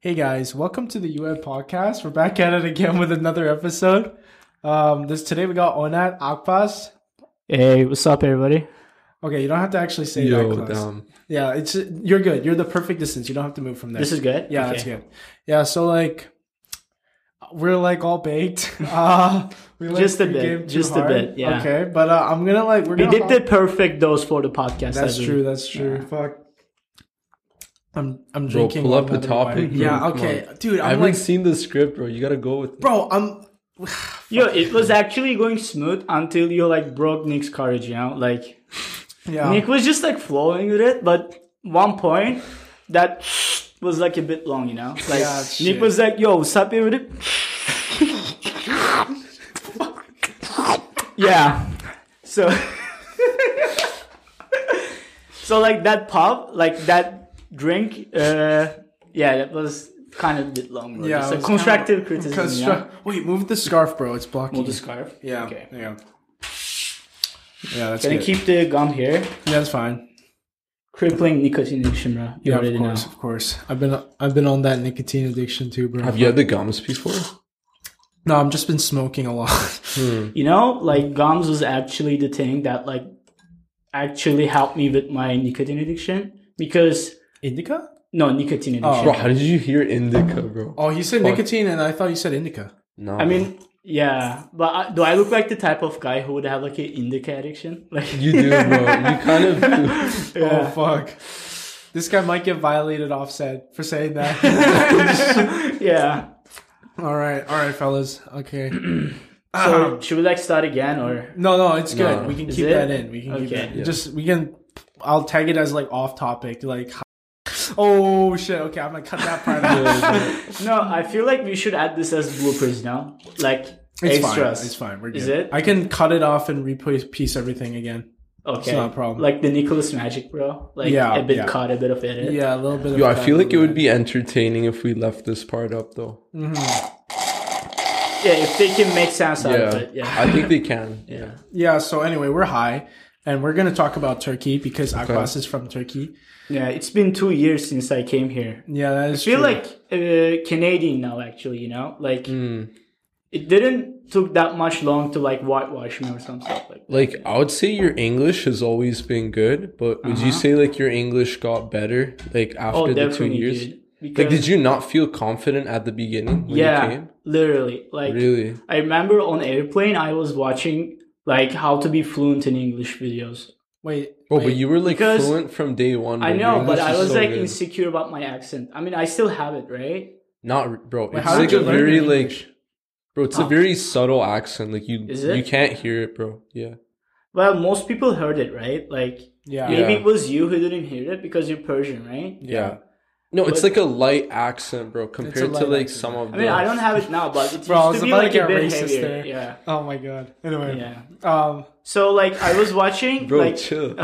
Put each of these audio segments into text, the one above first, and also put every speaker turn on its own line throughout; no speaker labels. Hey guys, welcome to the UM podcast. We're back at it again with another episode. Um, this today we got Onat Akpas.
Hey, what's up, everybody?
Okay, you don't have to actually say
Yo,
that close.
damn.
Yeah, it's you're good. You're the perfect distance. You don't have to move from there.
This is good.
yeah,
Okay.
that's good. Yeah, so like we're like all baked. Uh, we like,
Just a
we
bit,
gave too
just a bit, yeah.
Okay, but uh, I'm gonna like we're
We
gonna
did
hop-
the perfect dose for the podcast. I
That's
believe.
true. That's true. Fuck. I'm I'm
Bro,
drinking.
pull up the
another wine.
topic, bro.
Yeah.
Come
Okay,
on.
dude.
I
I'm
haven't
like,
seen the script, bro. You gotta go with.
bro. I'm
Yo, it was actually going smooth until you like broke Nick's courage. You know, like
yeah.
Nick was just like flowing with it, but one point that was like a bit long. You know, like
Yeah, shit.
Nick was like, "Yo, what's up, everybody?" yeah. So. so like that pub, like that drink. Uh, yeah, that was kind of a bit long.
Yeah,
Yeah,
it
so
was
constructive criticism. yeah.
Construct- Wait, move the scarf, bro. It's blocking.
Hold the scarf.
yeah.
Okay.
There you go. Yeah, that's
Gonna
good.
keep the gum here.
yeah, that's fine.
Crippling nicotine addiction, bro.
Yeah,
You
of
already know.
course, of course. I've been I've been on that nicotine addiction too, bro.
Have you had the gums before?
No, I've just been smoking a lot.
You know, like gums was actually the thing that like actually helped me with my nicotine addiction because
indica?
no nicotine addiction.
Bro, how did you hear indica, bro?
Oh, you said nicotine, and I thought you said indica.
No.
I mean, yeah, but I, do I look like the type of guy who would have like an indica addiction? Like
you do, bro. You kind of. do.
Oh fuck! This guy might get violated offset for saying that. Oh.
yeah.
all right, all right, fellas. Okay.
So
Um.
should we like start again or?
No, no, it's good.
No.
We can
Is
keep
it?
that in. We can keep
Okay.
that. In. Just we can. I'll tag it as like off topic. Like, oh shit. Okay, I'm gonna cut that part out.
No, I feel like we should add this as bloopers now, like
It's
extras.
fine. It's fine. We're good.
Is it?
I can cut it off and replace piece everything again.
Okay.
not a problem.
Like the Nicholas Magic, bro. Like
Yeah,
a bit
yeah.
cut, a bit of edit.
Yeah, a little bit.
Yo, I
of that,
feel like
a
it
little
would
bit.
be entertaining if we left this part up, though.
Yeah, if they can make sense out of
Yeah.
it. Yeah.
I think they can. Yeah.
Yeah. So anyway, we're high, and we're gonna talk about Turkey because Akbas is from Turkey.
Yeah, it's been two years since I came here.
Yeah, that is
I feel
true.
like uh, Canadian now, actually, you know? Like,
Hmm.
it didn't took that much long to, like, whitewash me or some stuff like that.
Like, I would say your English has always been good, but would you say, like, your English got better, like,
Uh-huh.
after
Oh,
the two
definitely,
years?
dude. Because,
Like, did you not feel confident at the beginning when you
yeah,
came?
literally. Like,
Really?
I remember on airplane, I was watching, like, how to be fluent in English videos.
wait.
Bro,
wait.
Oh, but you were, like,
Because-
fluent from day one.
I
bro. Your
know, but
English
I
is
was,
so
like,
good.
insecure about my accent. I mean, I still have it, right?
Not r- bro. it's
how did
like
you
a
learn
very
your
like, bro. It's a very subtle accent. Like you,
Is it?
you can't hear it, bro. Yeah.
Well, most people heard it, right? Like,
yeah.
maybe
Yeah.
it was you who didn't hear it because you're Persian, right?
Yeah. No, it's like a light accent, bro, compared to
light
like
accent,
some of
I
the.
mean, I don't have it now, but it
Bro, I was
used to be
about to
like
get
a bit
racist
heavier.
there.
Yeah,
Oh my god. Anyway.
yeah.
Um.
So like, I was watching
Bro,
like
chill.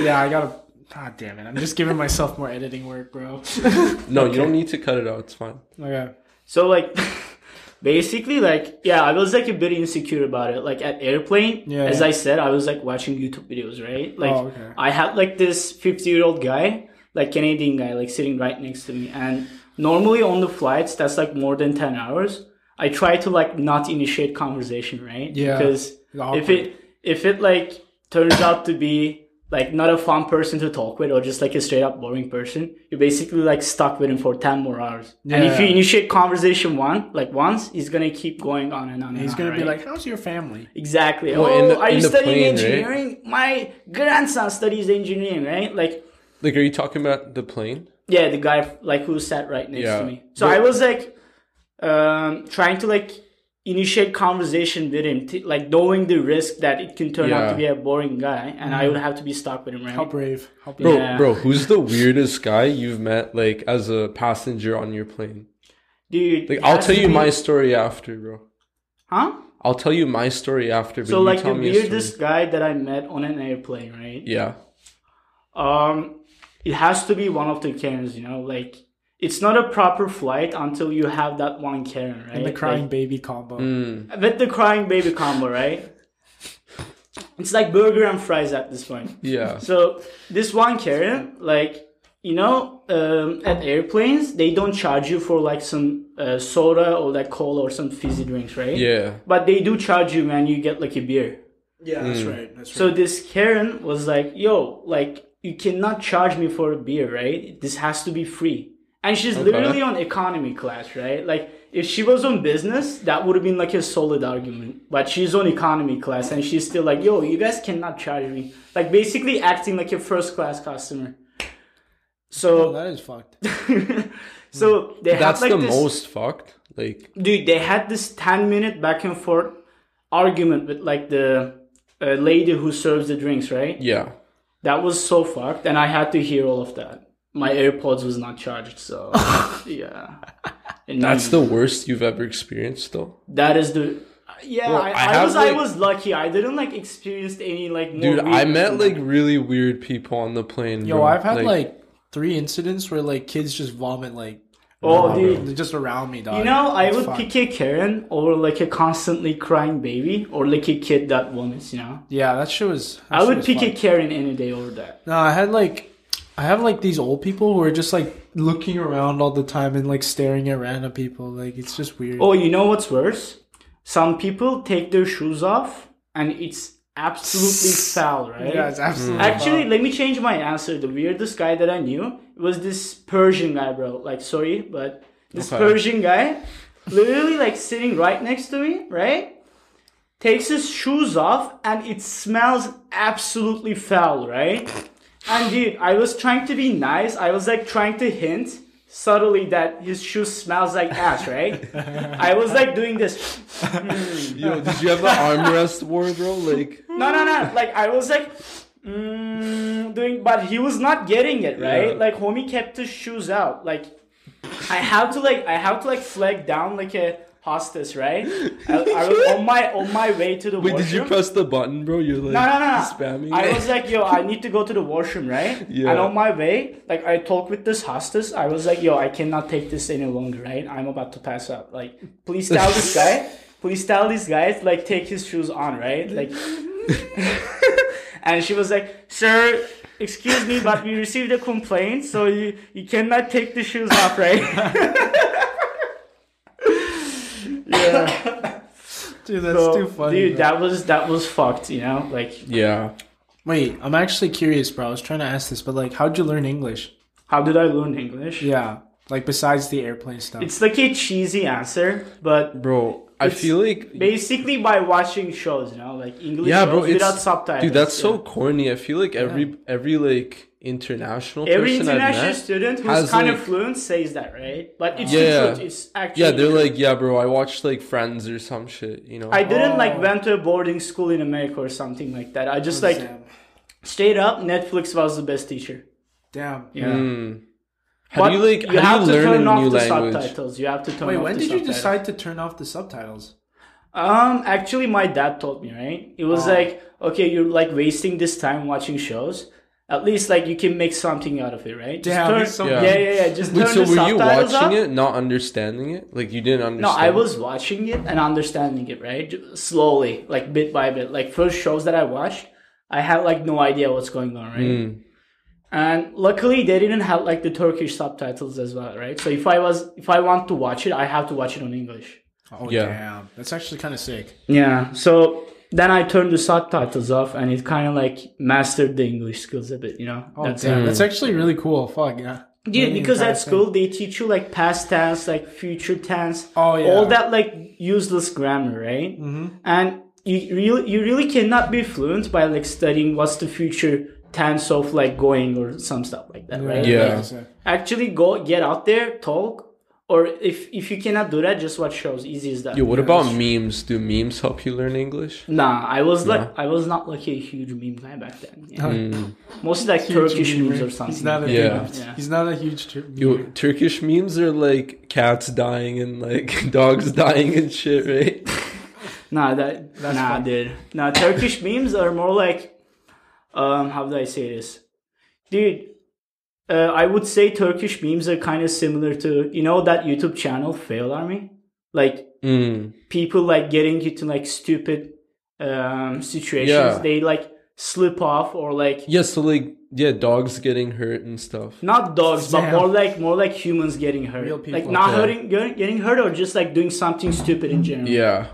Yeah, I gotta. God damn it! I'm just giving myself more editing work, bro.
no, you don't need to cut it out. It's fine.
Okay.
so like, basically like yeah, I was like a bit insecure about it. Like at airplane,
Yeah,
as
yeah.
I said, I was like watching YouTube videos, right? Like
Oh, okay.
I had like this fifty year old guy, like Canadian guy, like sitting right next to me, and normally on the flights, that's like more than ten hours. I try to like not initiate conversation, right?
Yeah.
because if it if it like turns out to be like not a fun person to talk with or just like a straight up boring person you're basically like stuck with him for 10 more hours and if you
Yeah.
initiate conversation one like once he's gonna keep going on and on and
He's
on,
gonna be
right?
like, "How's your family?"
exactly
Well,
oh
in the-
are
in
you
the
studying
plane, right?
engineering my grandson studies engineering right like
Like, are you talking about the plane?
yeah the guy like who sat right next
Yeah.
to me so i was like um trying to like initiate conversation with him t- like knowing the risk that it can turn out to
Yeah. Mm-hmm.
be a boring guy and i would have to be stuck with him right
How brave! How brave!
Bro,
Yeah.
bro, who's the weirdest guy you've met like as a passenger on your plane?
dude
Like,
it
I'll
has
tell
to
you
be-
my story after, bro.
huh
I'll tell you my story after. But
so
you
like
tell
the
me a story.
weirdest guy that i met on an airplane right
Yeah.
um it has to be one of the karens you know like it's not a proper flight until you have that one karen right
And the crying baby combo.
like, with the crying baby combo right it's like burger and fries at this point
Yeah.
So this one Karen, like you know, um, at airplanes, they don't charge you for like some uh, soda or like cola or some fizzy drinks, right?
Yeah.
But they do charge you, man. You get like a beer.
Yeah, that's right. That's right.
Mm. So this Karen was like, "Yo, like you cannot charge me for a beer, right? This has to be free." And she's literally on economy class, right? Like if she was on business, that would have been like a solid argument. But she's on economy class, and she's still like, "Yo, you guys cannot charge me." Like basically acting like a first class customer.
Oh,
So,
that is fucked.
so they have
That's
like
the
this,
most fucked. Like,
dude they had this 10 minute back and forth argument with like the uh, lady who serves the drinks right
yeah.
that was so fucked and i had to hear all of that my airpods was not charged so yeah And
That's the worst you've ever experienced, though.
that is the yeah
Bro,
I,
I
I,
have,
was i
like-
was lucky i didn't like experience any like more
Dude, I
weird-
met like really weird people on the plane.
Yo,
bro.
I've had like, three incidents where like kids just vomit like
oh dude
they're just around me, dog.
You know, I
It's
would
fucked.
pick a Karen over like a constantly crying baby or like a kid that vomits, you know?
Yeah, that shit was. that
I
shit
would
was
pick
fucked.
a Karen any day over that.
No, I had like I have like these old people who are just like looking around all the time and like staring at random people. Like it's just weird.
Oh, you know what's worse? Some people take their shoes off and it's absolutely foul, right?
yeah, it's absolutely
Actually, let me change my answer. The weirdest guy that I knew was this Persian guy, bro. Like, sorry, but this
Okay.
Persian guy, literally like sitting right next to me, right? Takes his shoes off and it smells absolutely foul, right? And dude, I was trying to be nice. I was like trying to hint subtly that his shoe smells like ass, right? I was like doing this.
yo, did you have the armrest war, bro? Like,
No, no, no. Like I was like mm, doing, but he was not getting it right.
Yeah.
Like homie kept his shoes out. Like I have to like I have to like flag down like a hostess, right? I, I was on my on my way to the
wait,
washroom.
did you press the button, bro? You're like,
no, no, no.
spamming.
I
it?
was like, yo, I need to go to the washroom, right?
Yeah.
And on my way, like, I talked with this hostess. I was like, yo, I cannot take this any longer, right? I'm about to pass out. Like, please tell this guy, please tell this guy, to, like, take his shoes on, right? Like, and she was like, sir, excuse me, but we received a complaint, so you, you cannot take the shoes off, right? yeah,
dude, that's
so,
too funny.
dude.
bro.
That was that was fucked, you know. Like,
yeah.
Wait, I'm actually curious, bro. I was trying to ask this, but like, how'd you learn English?
how did I learn English?
Yeah, like besides the airplane stuff.
It's like a cheesy answer, but
Bro, I
It's
feel like
basically by watching shows, you know, like English
yeah,
shows
bro. It's,
without subtitles.
Dude, that's
yeah.
so corny. I feel like every every like international
Every
person I've
international
met-
student who's
has,
kind of
like-
fluent says that, right? But it's
Yeah.
the truth. It's actually
yeah, they're
the truth.
like, yeah, bro. I watched like Friends or some shit. You know,
I didn't like
Oh.
went to a boarding school in America or something like that. I just like
Damn.
straight up Netflix was the best teacher.
Damn.
Yeah.
Mm. How
But
do you like?
you
how
have
do you
to
learn
turn
a
off
new
the
language?
subtitles. You have to turn
Wait,
off
when
the
did you
subtitles.
decide to turn off the subtitles?
Uh-huh.
Um, actually, my dad told me, right? It was like, okay, you're like wasting this time watching shows. At least like you can make something out of it, right? Just
Damn,
turn-
it's so-
yeah. yeah, yeah, Just turn
Wait, so
the
were you
subtitles
watching
up.
it, not understanding it? Like you didn't
No,
understand?
I was watching it and understanding it, right? Ju- Slowly, like bit by bit. Like first shows that I watched, I had like no idea what's going on, right?
Hmm.
And luckily, they didn't have like the Turkish subtitles as well, right? So if I was, if I want to watch it, I have to watch it on English.
Oh
Yeah.
damn, that's actually kind of sick.
Yeah. So then I turned the subtitles off, and it kind of like mastered the English skills a bit, you know.
Oh
Mm.
damn, that's actually really cool. Fuck yeah.
Dude,
Learning
because at
entire
school they teach you like past tense, like future tense,
Oh, yeah.
all that like useless grammar, right? Mm-hmm. And you really, you really cannot be fluent by like studying what's the future tense of like going or some stuff like that, right?
thing.
Yeah.
Actually, go get out there, talk, or if if you cannot do that, just watch shows. Easy as that.
Yo, what about memes? Do memes help you learn English?
Nah, I was like, I was not like a huge meme guy back then. Yeah. Mostly like Turkish memes or something.
He's not a
Yeah.
big,
Yeah.
he's not a huge. Tur-
Yo, Turkish memes are like cats dying and like dogs dying and shit, right?
Nah, that nah,
fine.
dude. Nah, Turkish memes are more like, um, how do I say this, dude? Uh, I would say Turkish memes are kind of similar to you know that YouTube channel Fail Army, like
Mm.
people like getting into like stupid um, situations.
Yeah.
They like slip off or like
Yeah, so like yeah, dogs getting hurt and stuff.
not dogs,
Damn.
but more like more like humans getting hurt,
Real people.
like not
Yeah.
hurting, getting getting hurt, or just like doing something stupid in general.
Yeah.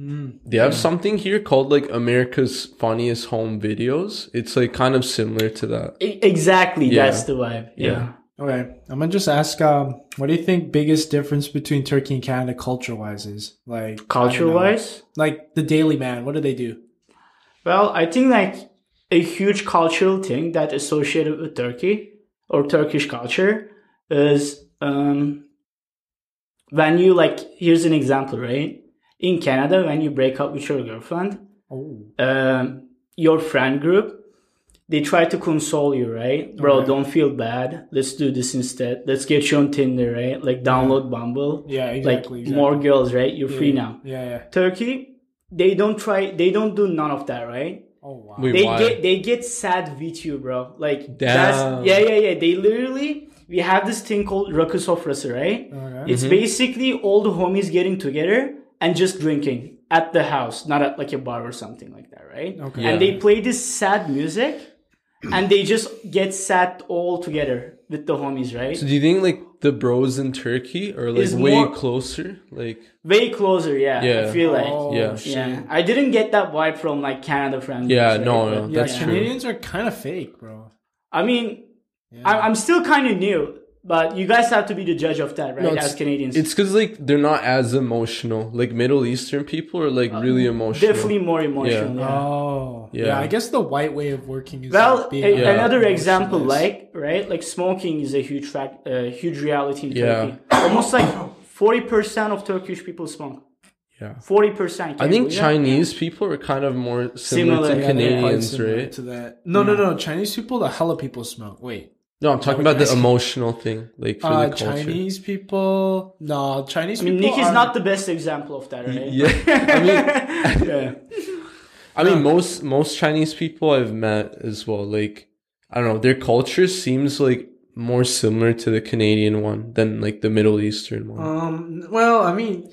Mm.
They have something here called like America's Funniest Home Videos. It's like kind of similar to that.
E- exactly,
Yeah.
that's the vibe. Yeah.
Okay, I'm gonna just ask. Um, what do you think biggest difference between Turkey and Canada culture wise is? Like I don't
Culture
know.
wise,
like the Daily Man. What do they do?
well, I think like a huge cultural thing that associated with Turkey or Turkish culture is um, when you like. Here's an example, right? In Canada, when you break up with your girlfriend,
Oh,
um, your friend group, they try to console you, right? Bro,
Okay.
don't feel bad. Let's do this instead. Let's get you on Tinder, right? Like download Bumble.
yeah,
like
exactly. exactly.
more girls, right? You're
yeah,
free now.
Yeah, yeah.
Turkey, they don't try. They don't do none of that, right?
Oh wow.
Wait,
They
why?
get they get sad with you, bro. Like
Damn.
that's yeah, yeah, yeah. They literally we have this thing called rakus sofrası, right?
Okay.
Mm-hmm.
It's basically all the homies getting together and just drinking at the house, not at like a bar or something like that, right?
Okay.
And
Yeah.
they play this sad music and they just get sad all together with the homies, right?
So do you think like the bros in Turkey are like
Is
way
more-
closer? Like
Way closer, yeah. I
Yeah.
feel like.
Oh,
Yeah.
shit.
Yeah, I didn't get that vibe from like Canada friends.
Yeah, no, no,
Yeah,
That's true.
Canadians are kind of fake, bro.
I mean,
Yeah.
I- I'm still kind of new, but you guys have to be the judge of that, right?
No, it's-
As Canadians,
it's because like they're not as emotional. Like Middle Eastern people are like
Uh,
really emotional.
definitely more emotional. yeah.
Oh, yeah.
Yeah.
I guess the white way of working is
Well,
like, being
a-
like,
another example,
emotionless.
like right, like smoking is a huge fact, uh, huge reality in
Yeah.
Turkey. Almost like forty percent of Turkish people smoke.
Yeah.
forty percent.
I think Chinese people are kind of more similar,
Similar.
to
Yeah, they're quite
Canadians,
similar
right?
To that. No, no, no. Chinese people, the hella people smoke. Wait.
No, I'm talking
what
about the
you're asking.
emotional thing, like for
Uh,
the culture.
Chinese people. No, Chinese
I mean,
people.
Nick is
are-
not the best example of that, right?
Yeah, I mean,
yeah.
I mean, most most Chinese people I've met as well. Like, I don't know, their culture seems like more similar to the Canadian one than like the Middle Eastern one.
Um. Well, I mean,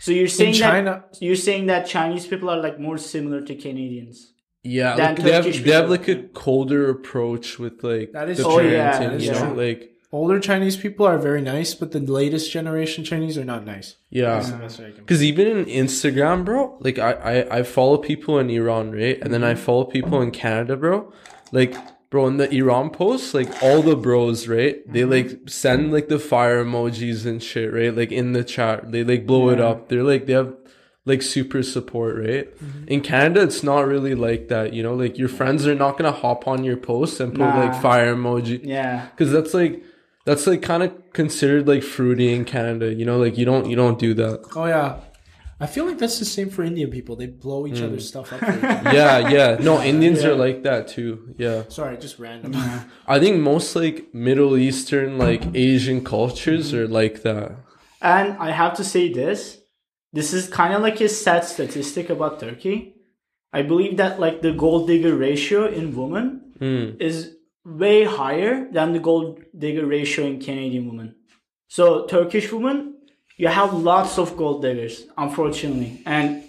So you're saying
China-
that you're saying that Chinese people are like more similar to Canadians.
yeah,
than
like, they have
Turkish
they have
people,
like a colder approach with like
That is
the
true.
Oh, yeah,
parenting, you
that's
know,
true.
like
older Chinese people are very nice, but the latest generation Chinese are not nice.
yeah.
That's what I can-
Because even in Instagram, bro, like I, I, I follow people in Iran, right? And then
Mm-hmm.
I follow people in Canada, bro. Like, bro, in the Iran posts, like all the bros, right? They
Mm-hmm.
like send like the fire emojis and shit, right? Like in the chat, they like blow it up. They're like, they have like super support, right?
Mm-hmm.
In Canada, it's not really like that, you know? Like your friends are not going to hop on your post and put
Nah.
like fire emoji.
Yeah.
Because that's like, that's like kind of considered like fruity in Canada, you know? Like you don't, you don't do that.
Oh yeah. I feel like that's the same for Indian people. They blow
Hmm.
each other's stuff up. for-
yeah, yeah. No, Indians are like that too. Yeah.
Sorry, just random.
I think most like Middle Eastern, like Asian cultures are like that.
And I have to say this this is kind of like a sad statistic about Turkey. I believe that like the gold digger ratio in women
Hmm.
is way higher than the gold digger ratio in Canadian women. So Turkish women, you have lots of gold diggers, unfortunately. And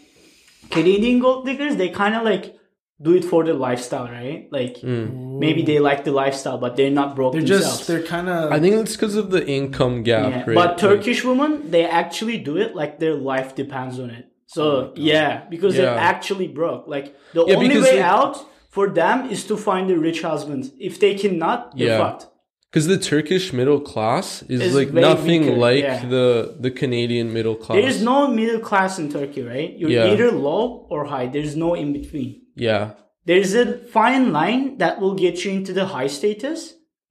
Canadian gold diggers, they kind of like do it for the lifestyle, right? Like maybe they like the lifestyle, but they're not broke
Hmm. They're
themselves.
just they're kind of.
I think it's because of the income gap,
Yeah,
right?
but Turkish women, they actually do it like their life depends on it. So yeah, because they're
Oh Yeah.
actually broke. Like the
Yeah,
only
because
way
they-
out for them is to find a rich husband. If they cannot, they're
Yeah.
fucked.
Because the Turkish middle class is
Is
like
way
nothing
weaker,
like
yeah.
the the Canadian middle class.
There is no middle class in Turkey, right? You're
Yeah.
either low or high. There's no in between.
yeah,
There's a fine line that will get you into the high status,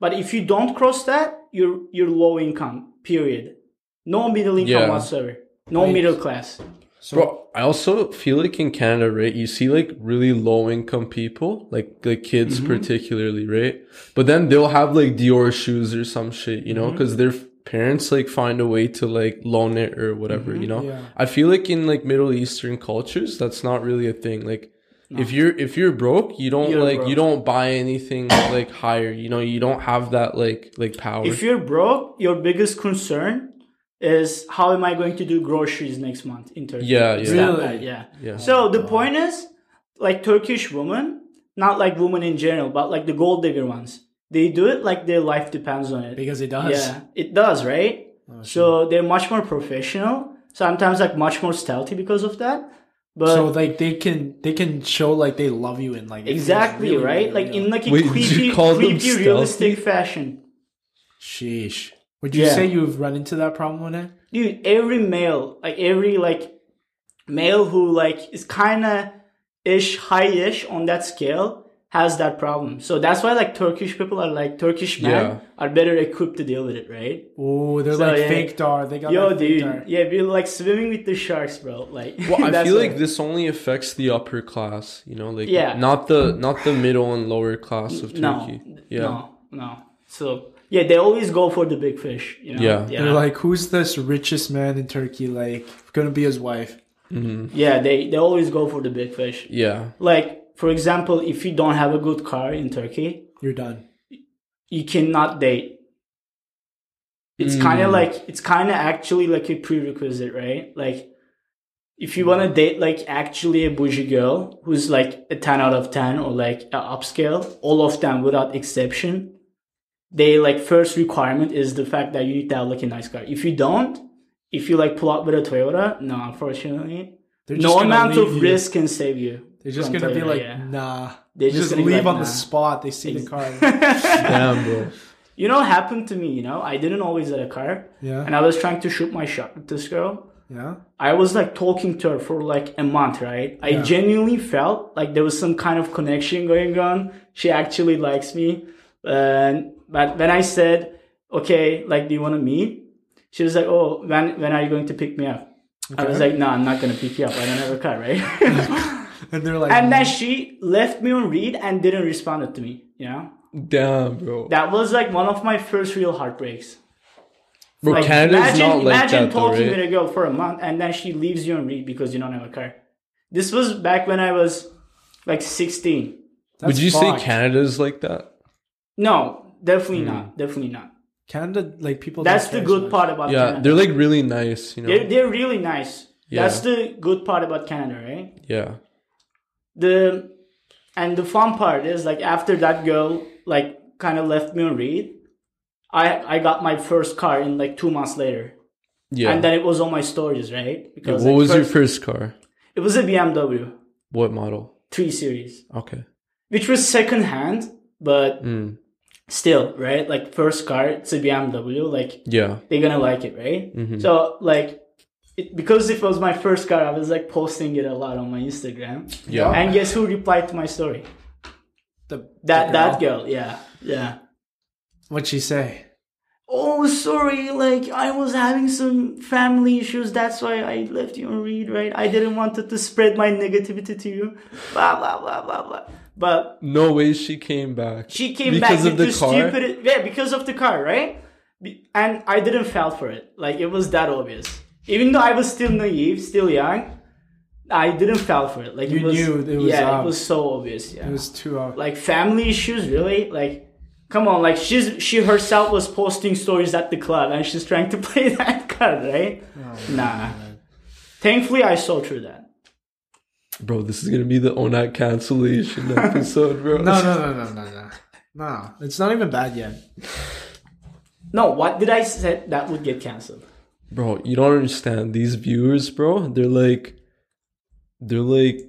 but if you don't cross that, you're you're low income. Period. No middle income
Yeah.
whatsoever. No middle class.
bro. I also feel like in Canada, right? You see like really low income people, like like kids
Mm-hmm.
particularly, right? But then they'll have like Dior shoes or some shit, you
Mm-hmm.
know, because their f- parents like find a way to like loan it or whatever,
Mm-hmm.
you know.
yeah.
I feel like in like Middle Eastern cultures, that's not really a thing. Like if you're if you're broke, you don't
You're
like you
broke.
don't buy anything like higher, you know. You don't have that like like power.
If you're broke, your biggest concern is how am I going to do groceries next month in Turkey?
yeah, yeah,
It's that
Really?
bad, yeah.
Yeah.
So the point is, like Turkish women, Not like women in general, but like the gold digger ones. They do it like their life depends on it.
because it does.
Yeah, it does, right? so they're much more professional. Sometimes like much more stealthy because of that. But
So like they can they can show like they love you and like it feels
exactly,
really,
right?
really
Like
real.
in like a
Wait, did you
creepy,
call them
creepy
stealthy?
realistic fashion.
sheesh. Would you
Yeah.
say you've run into that problem with it?
dude every male like every like male who like is kind of ish high-ish on that scale has that problem so that's why like turkish people are like turkish men
Yeah.
are better equipped to deal with it right
Oh, they're
So,
like
yeah.
fake dar. They got
yo
that fake
dude
dar.
yeah we're like swimming with the sharks bro like
Well, I
that's
feel
what-
like this only affects the upper class, you know, like
Yeah.
not the not the middle and lower class of
no
Turkey. yeah.
no no so yeah they always go for the big fish you know
Yeah.
They're like, who's this richest man in Turkey? Like, gonna be his wife.
yeah they they always go for the big fish
Mm-hmm. Yeah.
like for example if you don't have a good car in turkey
You're done.
you cannot date. It's kind
Hmm.
of like it's kind of actually like a prerequisite, right? Like if you want to date like actually a bougie girl who's like a 10 out of 10 or like a upscale, all of them without exception, they like first requirement is the fact that you need to have like a nice car. If you don't, if you like pull up with a Toyota, no, unfortunately,
They're just
no
gonna
amount
leave
of
you.
risk can save you.
They're just
from
gonna be
Toyota,
like,
yeah.
nah.
They're
They
just
just,
gonna be
leave
like,
on
nah.
the spot. They see the car.
Damn, bro.
you know, what happened to me. You know, I didn't always have a car.
Yeah,
and I was trying to shoot my shot with this girl.
yeah.
I was like talking to her for like a month, right? I genuinely felt like there was some kind of connection going on. She actually likes me. And but when I said, okay, like, do you want to meet? She was like, oh, when when are you going to pick me up? I was like, no, I'm not gonna pick you up. I don't have a car, right?
And they're like,
and then she left me on read and didn't respond to me. You know,
Damn, bro.
that was like one of my first real heartbreaks.
bro,
Like,
Canada's
imagine,
not like
imagine
that, though,
talking
right?
with a girl for a month and then she leaves you on read because you don't have a car. This was back when I was like 16.
that's
Would you
fucked.
say Canada's like that?
No, definitely
Hmm.
not. Definitely not.
Canada? Like people. don't
That's the
care so
good
much.
part about
Yeah,
Canada.
they're like really nice, you know.
They're, they're really nice.
Yeah.
That's the good part about Canada, right?
yeah.
the and the fun part is like after that girl like kind of left me on read i i got my first car in like two months later
Yeah.
and then it was on my stories right because
what
like,
was your
first-
first car?
it was a bmw
What model?
3 series
Okay.
which was second hand but
Mm.
still right like first car it's a bmw like
Yeah.
they're gonna like it right so like it, because it was my first car i was like posting it a lot on my instagram
Yeah.
and guess who replied to my story
The,
that
the
that girl yeah yeah
What'd she say?
oh sorry like i was having some family issues that's why i left you on read right i didn't want to, to spread my negativity to you blah blah blah blah blah but
no way she came back.
she came
Because
back
of the
into
car?
stupid yeah because of the car right Be- and i didn't fall for it like it was that obvious even though i was still naive still young i didn't fall for it like it
You
was,
knew it was
yeah
up.
um,
it was so obvious yeah
It was too out.
like family issues really like come on like she's she herself was posting stories at the club and she's trying to play that card right
Oh,
nah thankfully i saw through that
Bro, this is gonna be the Onat cancellation episode, bro.
No, no, no, no, no, no. No, it's not even bad yet.
no what did i say that would get canceled
Bro, you don't understand. These viewers, bro, they're like they're like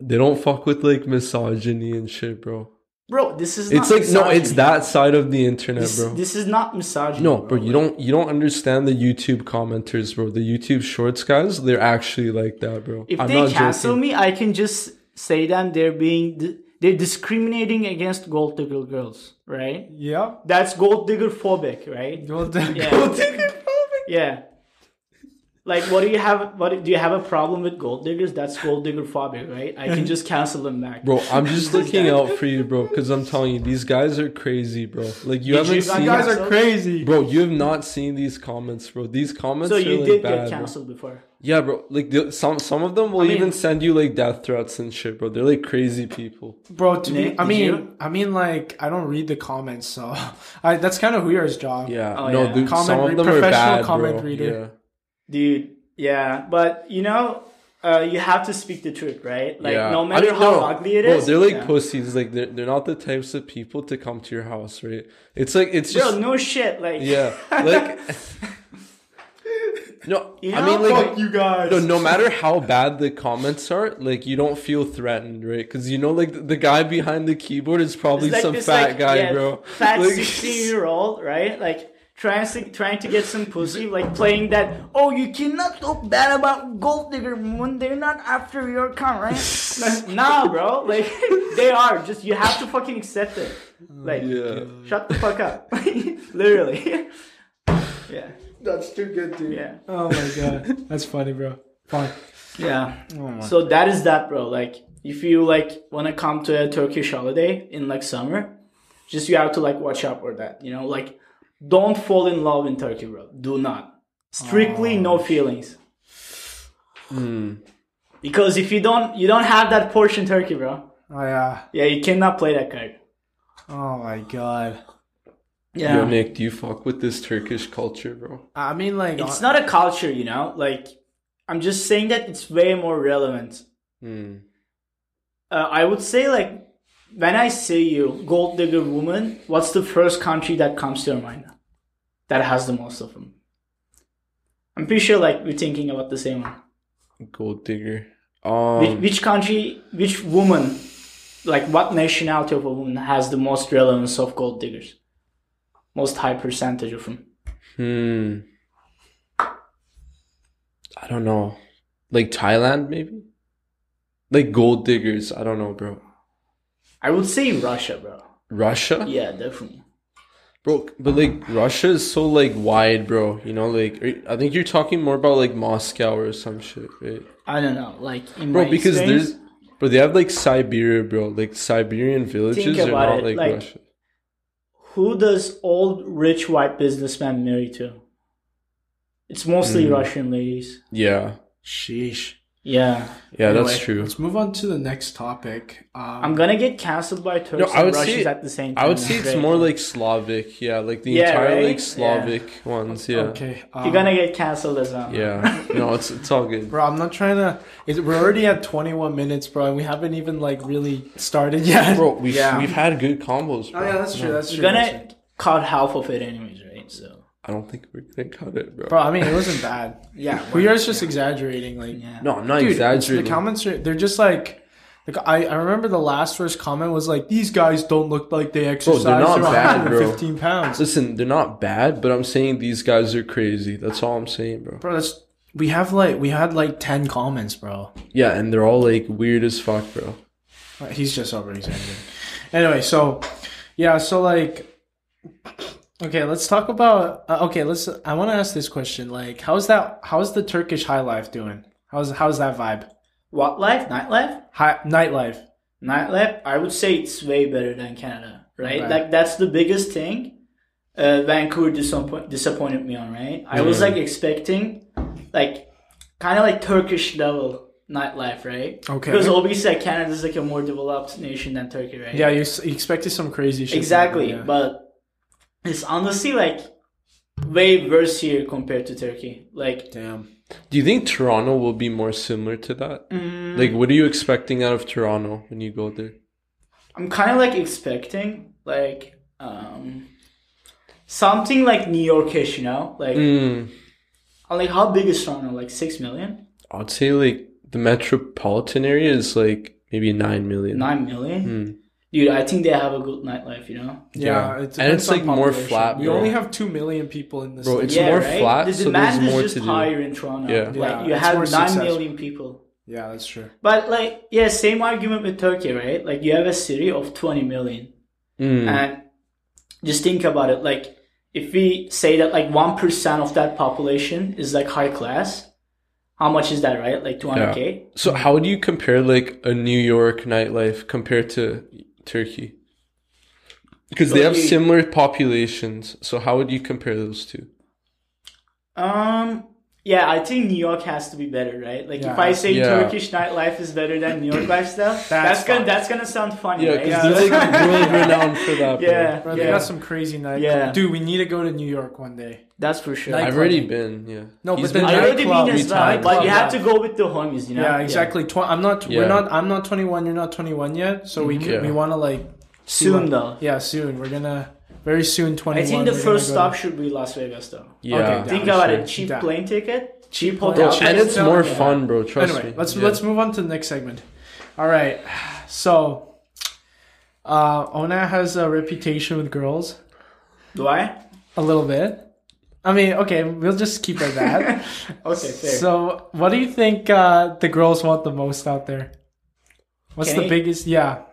they don't fuck with like misogyny and shit, bro.
bro this is
It's
not
like no, it's
misogyny.
that side of the internet,
this,
bro.
this is not misogyny
No, bro, you don't you don't understand the YouTube commenters, bro. The YouTube shorts guys, they're actually like that, bro.
if
I'm
they
not
cancel
joking.
me i can just say them they're being di- they're discriminating against gold digger girls right
Yep.
that's gold digger phobic right
Well, then-
Yeah. Yeah. Like, what do you have? What do you have a problem with gold diggers? That's gold digger phobic, right? I can just cancel them back.
Bro, I'm just looking out for you, bro, because I'm telling you, these guys are crazy, bro. Like you
Did
haven't
you- uh,
seen,
You guys
So-
are crazy.
bro. You have not seen these comments, bro. These comments
so
are
you
like
did
bad,
get
bro.
canceled before.
Yeah, bro. Like the, some some of them will
mean-
even send you like death threats and shit, bro. They're like crazy people.
Oh,
Bro, to
Nick,
be, I
did
mean,
you?
I mean, like, I don't read the comments, so I, that's kind of Weir's job.
Yeah,
Oh,
no,
yeah.
dude, some
Comment
of
re-
them are
professional
bad,
comment
bro.
reader.
Dude, yeah, but you know, uh, you have to speak the truth, right? Like
Yeah.
no
I
matter
mean,
how
no,
ugly it
bro,
is.
they're like
yeah.
pussies. Like they're, they're not the types of people to come to your house, right? It's like it's just
Bro, no shit. Like
yeah, like no.
Yeah,
I mean, like
Fuck you guys.
no, no matter how bad the comments are, like you don't feel threatened, right? Because you know, like the, the guy behind the keyboard is probably
It's like
some
this,
fat
like,
guy,
yeah,
bro.
Fat
Like,
sixteen-year-old, right? Like trying to trying to get some pussy, like playing that. Oh, you cannot talk bad about gold digger when they're not after your account, right? nah, bro. Like they are. Just you have to fucking accept it. Like
Oh, yeah.
shut the fuck up. Literally. yeah.
That's too good, dude.
Yeah.
Oh my god, that's funny, bro. Fine.
Yeah.
Oh my.
So that is that, bro. Like, if you like want to come to a Turkish holiday in like summer, just you have to like watch out for that. You know, like don't fall in love in Turkey, bro. Do not. Strictly no
Oh.
feelings.
Hmm.
Because if you don't, you don't have that Porsche in Turkey, bro.
Oh yeah.
Yeah, you cannot play that card.
Oh my god.
Yeah.
Yo, Nick, do you fuck with this Turkish culture, bro?
I mean, like, uh,
It's not a culture, you know. Like, I'm just saying that it's way more relevant
Mm.
uh, I would say like when I say you gold digger woman, what's the first country that comes to your mind that has the most of them? I'm pretty sure like we're thinking about the same one.
Gold digger.
Which,
Um,
which country, which woman, like what nationality of a woman has the most relevance of gold diggers? Most high percentage of them.
hmm. I don't know. Like Thailand, maybe. Like gold diggers. I don't know, bro.
I would say Russia, bro.
Russia.
Yeah, definitely.
Bro, but like Russia is so like wide, bro. You know, like are- I think you're talking more about like Moscow or some shit, right?
I don't know, like in
Bro,
my
because
experience-
there's, bro, they have like Siberia, bro. Like Siberian villages are
about
not
it,
like,
like-
Russia.
who does old rich white businessmen marry to? It's mostly
Hmm.
Russian ladies.
Yeah,
Sheesh.
Yeah.
yeah, that's
Anyway,
true.
Let's move on to the next topic. Um,
I'm gonna get cancelled by Turks
No, I
and
would
Russians
say
at the same time.
I would say it's
Great.
more like Slavic, yeah, like the
Yeah,
entire
right?
like
Yeah.
Slavic ones, yeah,
okay. Um,
You're gonna get cancelled as um, well.
yeah. No, it's it's all good.
Bro, I'm not trying to. Is, we're already at 21 minutes, bro, and we haven't even like really started yet.
Bro, we've
Yeah.
we've had good combos, bro.
oh yeah, that's true. That's true.
You're
that's
gonna
true.
cut half of it anyways, right? So
I don't think we're gonna cut it, bro.
Bro, I mean, it wasn't bad.
yeah.
We are just exaggerating, like.
yeah.
No, I'm not
Dude,
exaggerating.
The comments are they're just like like I, I remember the last first comment was like these guys don't look like they exercise.
not bad, bro.
115 pounds.
Listen, they're not bad, but I'm saying these guys are crazy. That's all I'm saying, bro.
Bro, that's we have like we had like 10 comments, bro.
Yeah, and they're all like weird as fuck, bro.
He's just over exaggerating. Anyway, so yeah, so like okay, let's talk about uh, okay, let's I want to ask this question like how's that how's the Turkish high life doing? How's how's that vibe?
What life? Nightlife?
High nightlife.
Nightlife? I would say it's way better than Canada, right?
Right.
Like that's the biggest thing. Uh, Vancouver disappoint- disappointed me on, right? I was like expecting, like, kind of like Turkish level nightlife, right?
Oh,
Okay.
Because obviously, like, Canada is like a more developed nation than Turkey, right?
Yeah, you, s- you expected some crazy shit.
Exactly,
Yeah.
but it's honestly like way worse here compared to Turkey. Like,
Damn.
Do you think Toronto will be more similar to that? Like, what are you expecting out of Toronto when you go there?
I'm kind of like expecting like um something like New Yorkish, you know? Like,
Mm,
uh, like how big is Toronto? Like six million?
I'd say like the metropolitan area is like maybe nine million.
Nine million?
Hmm.
Dude, I think they have a good nightlife, you know?
Yeah,
Yeah.
it
And
depends
it's, like,
on
more
population.
flat,
We
bro.
only have two million people in this.
Bro,
thing.
it's- more flat,
The
so
demand
there's more
is just
to do.
higher in Toronto.
Yeah.
Like
Yeah,
you
it's
have
more
nine million
successful.
people.
yeah, that's true.
But like, yeah, same argument with Turkey, right? Like you have a city of 20 million.
Mm,
And just think about it. Like, if we say that like 1% of that population is like high class, how much is that, right? Like 200K?
so, how do you compare like a New York nightlife compared to Turkey? Because they have
Turkey-
similar populations. So, how would you compare those two?
Um, Yeah, I think New York has to be better, right? Like
Yeah.
if I say
Yeah.
Turkish nightlife is better than New York lifestyle, that's,
fine.
gonna that's gonna sound funny,
Yeah,
right?
because they're like world renowned for that. bro.
Yeah.
Bro, they got some crazy night.
Yeah.
Dude, we need to go to New York one day.
That's for sure.
Like-
I've already been. Yeah.
No,
He's
but then
been-
I already
Nightclub,
been as well,
nightclub,
but you have
yeah.
to go with the homies, you know?
Yeah, exactly. Tw- I'm not. We're
Yeah.
not. I'm not 21. You're not 21 yet. So we
Mm-hmm.
Mhm.
can,
Yeah.
we want to like
Soon though.
yeah soon. We're gonna very soon 21.
I think the
we're gonna
first
go-
stop should be Las Vegas though.
Yeah.
Okay,
Think
Yeah,
about
sure.
it. Cheap
Yeah.
plane ticket, cheap
Bro,
hotel.
cheap-
and
ticket.
it's more
Yeah.
fun, bro. Trust
anyway,
me.
let's
Yeah.
let's move on to the next segment. All right. So, uh, Ona has a reputation with girls
Do I?
a little bit. I mean, okay, we'll just keep it at that.
Okay, fair.
so, what do you think uh, the girls want the most out there? What's the
Can I-
biggest? Yeah,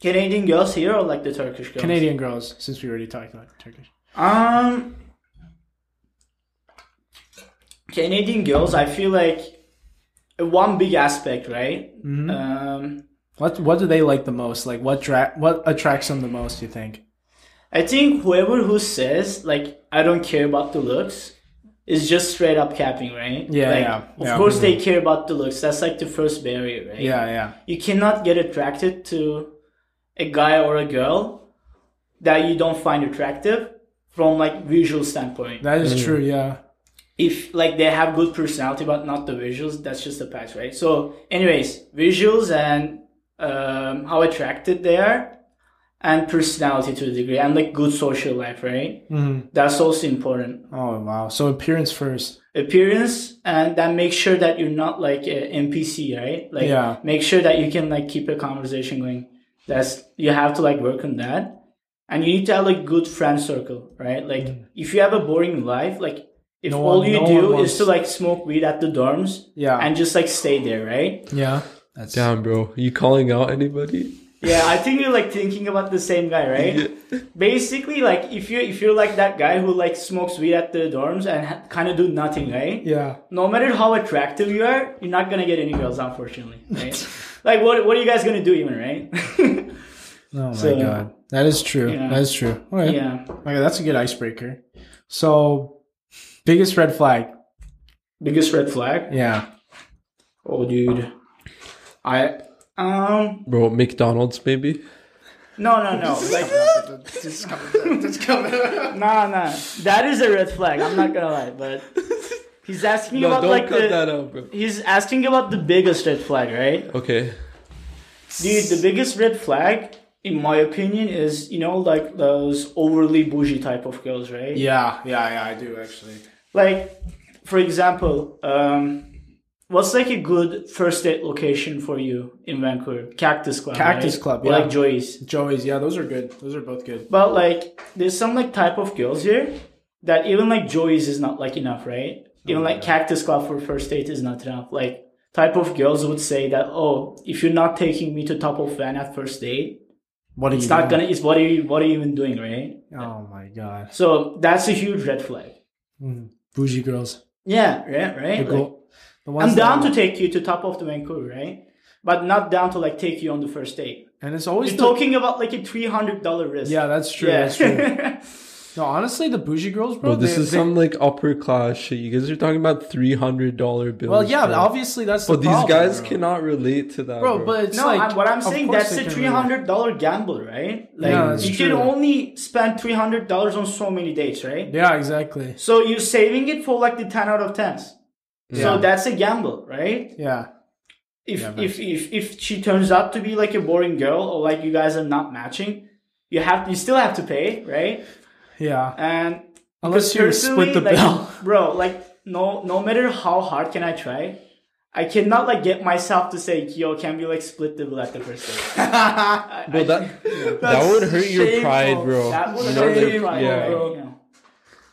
Canadian girls here or like the Turkish girls?
Canadian girls. Since we already talked about Turkish.
Um, Canadian girls, I feel like one big aspect, right?
Mm-hmm.
Um,
What What do they like the most? Like what dra- What attracts them the most? You think?
I think whoever who says like I don't care about the looks is just straight up capping, right?
Yeah,
Like,
yeah,
Of
yeah.
course, they
Mm-hmm.
care about the looks. That's like the first barrier, right?
Yeah, yeah.
you cannot get attracted to a guy or a girl that you don't find attractive from like visual standpoint.
That is true. Yeah.
if like they have good personality but not the visuals, that's just a pass, right? So, anyways, visuals and um, how attracted they are, and personality to a degree, and like good social life, right? Mm-hmm. That's also important.
Oh wow. So appearance first.
Appearance, and then make sure that you're not like a NPC, right? Like,
Yeah.
make sure that you can like keep a conversation going. That's you have to like work on that, and you need to have like good friend circle, right? Like, if you have a boring life, like. If
Mm. No
all
one-
you
no
do
one
is
wants-
to like smoke weed at the dorms
Yeah.
and just like stay there, right?
yeah. That's
Damn, bro. You calling out anybody?
Yeah, I think you're like thinking about the same guy, right? Basically, like if you if you're like that guy who like smokes weed at the dorms and ha- kind of do nothing, right?
yeah.
No matter how attractive you are, you're not gonna get any girls, unfortunately. Right? like what what are you guys gonna do even, right?
Oh my
So-
god. That is true.
Yeah.
That is true. Okay.
yeah,
Okay, that's a good icebreaker. So biggest red flag.
biggest red flag.
Yeah.
Oh, dude, I um
Bro, McDonald's maybe?
no no no like Nah, nah. That is a red flag. I'm not gonna lie, but he's asking
No,
about
don't
like
cut
the.
that out, bro.
He's asking about the biggest red flag, right?
Okay.
Dude, the biggest red flag, in my opinion, is you know like those overly bougie type of girls, right?
Yeah, yeah, yeah, I do actually.
Like, for example, um, what's like a good first date location for you in Vancouver? Cactus Club.
Cactus
right?
Club,
Or,
yeah.
Like Joey's.
Joey's, yeah, those are good. Those are both good.
But like, there's some like type of girls here that even like Joey's is not like enough, right? Even like Cactus Club for first date is not enough. Like type of girls would say that, oh, if you're not taking me to Top of Van at first date,
What are
it's
you
not
doing?
gonna. It's what are you? What are you even doing, right?
Oh my god.
So that's a huge red flag.
Bougie girls.
Yeah, right,
The
right. Like,
go- the ones
I'm down
that-
to take you to Top of the Vancouver, right? But not down to like take you on the first date.
and it's always
We're
the-
talking about like a three hundred dollar risk.
Yeah, that's true. That's true. No, honestly, the bougie girls, bro.
Bro, this
they-
is
they-
some like upper class shit. You guys are talking about three hundred dollar bills.
Well, yeah,
bro.
obviously that's the
But these
problem,
guys
bro.
cannot relate to that,
Bro,
bro.
but it's
no,
like
I- what I'm
of
saying
course
that's
they
a
can
three
relate.
hundred dollar gamble, right? Like
Yeah, that's
you
true.
can only spend three hundred dollars on so many dates, right?
Yeah, exactly.
So you're saving it for like the ten out of tens.
Yeah.
So that's a gamble, right?
Yeah.
If
Yeah,
if if if she turns out to be like a boring girl or like you guys are not matching, you have you still have to pay, right?
Yeah.
And
Unless you
personally,
split the
like,
bill.
bro. Like no no matter how hard can I try. I cannot like get myself to say, "Yo, can we like split the bill at the first date?" I-
Bro,
I-
that that would hurt your pride, bro.
That would
You
hurt
know,
your
really
like,
pride,
yeah.
bro.
Yeah.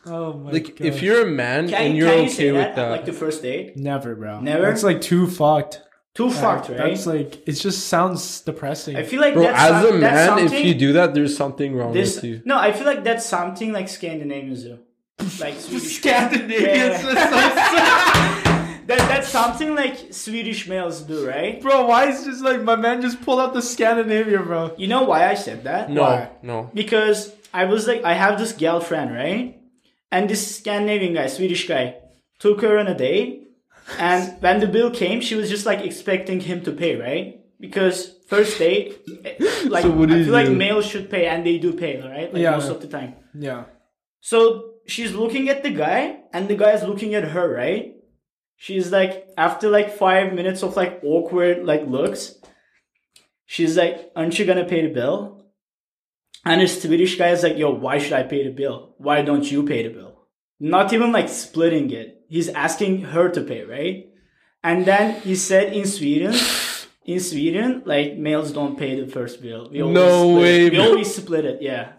Oh my
Like
God.
if you're a man
Can,
and
you-
you're
can you
okay
say
with
that,
that,
at, like the first date?
Never, bro.
Never?
It's like too fucked.
Too fucked, right?
That's like it just sounds depressing.
I feel like
bro.
that's,
As
some-
a
that's
man, if
something
you do that, there's something wrong
this,
with you.
no, I feel like that's something like Scandinavians do, like Swedish.
Scandinavians
Yeah. that, that's something like Swedish males do, right?
bro, why is just like my man just pulled out the Scandinavia, bro?
You know why I said that?
Why?
No, no.
because I was like, I have this girlfriend, right? And this Scandinavian guy, Swedish guy, took her on a date, and when the bill came, she was just like expecting him to pay, right? Because first date, eh, like
So what
I
do you
feel like
do?
males should pay, and they do pay, right? Like
Yeah.
most of the time.
Yeah.
So she's looking at the guy, and the guy's looking at her, right? She's like, after like five minutes of like awkward like looks, she's like, "Aren't you gonna pay the bill?" And this Swedish guy is like, "Yo, why should I pay the bill? Why don't you pay the bill?" Not even like splitting it. He's asking her to pay, right? And then he said in Sweden, in Sweden, like males don't pay the first bill. We always
No
split
way,
It. We
bro.
always split it. Yeah.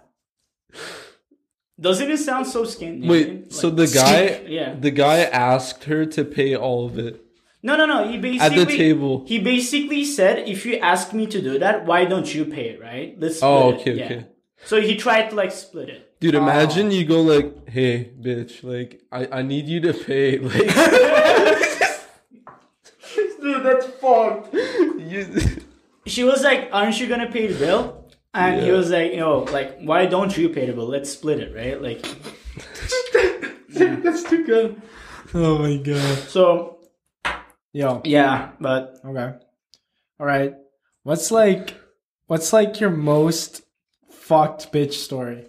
Doesn't it sound so Scandinavian?
Wait, so
Like-
the guy,
Yeah.
the guy asked her to pay all of it.
no, no, no. He basically
table.
He basically said, "If you ask me to do that, why don't you pay it? Right? Let's split
Oh,
it."
okay,
Yeah.
okay.
So he tried to like split it.
Dude, imagine you go like, "Hey, bitch, like I, I need you to pay." Like,
Dude, that's fucked.
you,
She was like, "Aren't you gonna pay the bill?" And he
Yeah.
was like, "You know, like why don't you pay the bill? Let's split it, right? Like."
That's too good. Oh my god.
So
Yo.
yeah, but
Okay. All right. What's like? What's like your most fucked bitch story?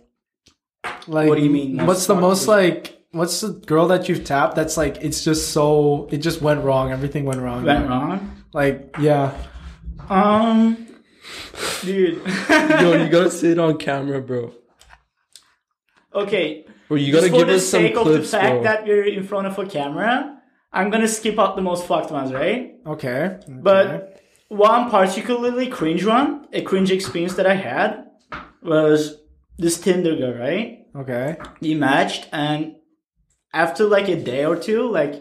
Like,
What do you mean, most
What's the
fucked
most
bitch?
like? What's the girl that you've tapped that's like it's just so it just went wrong. Everything went wrong.
went wrong.
Like yeah.
Um, dude.
yo, you gotta say it on camera, bro.
okay,
Or you
just
gotta
for
give
the
us some
sake of the
clips,
fact
bro.
that we're in front of a camera, I'm gonna skip out the most fucked ones, right?
Okay.
But
Okay.
one particularly cringe one, a cringe experience that I had was this Tinder girl, right?
okay.
we matched and after like a day or two like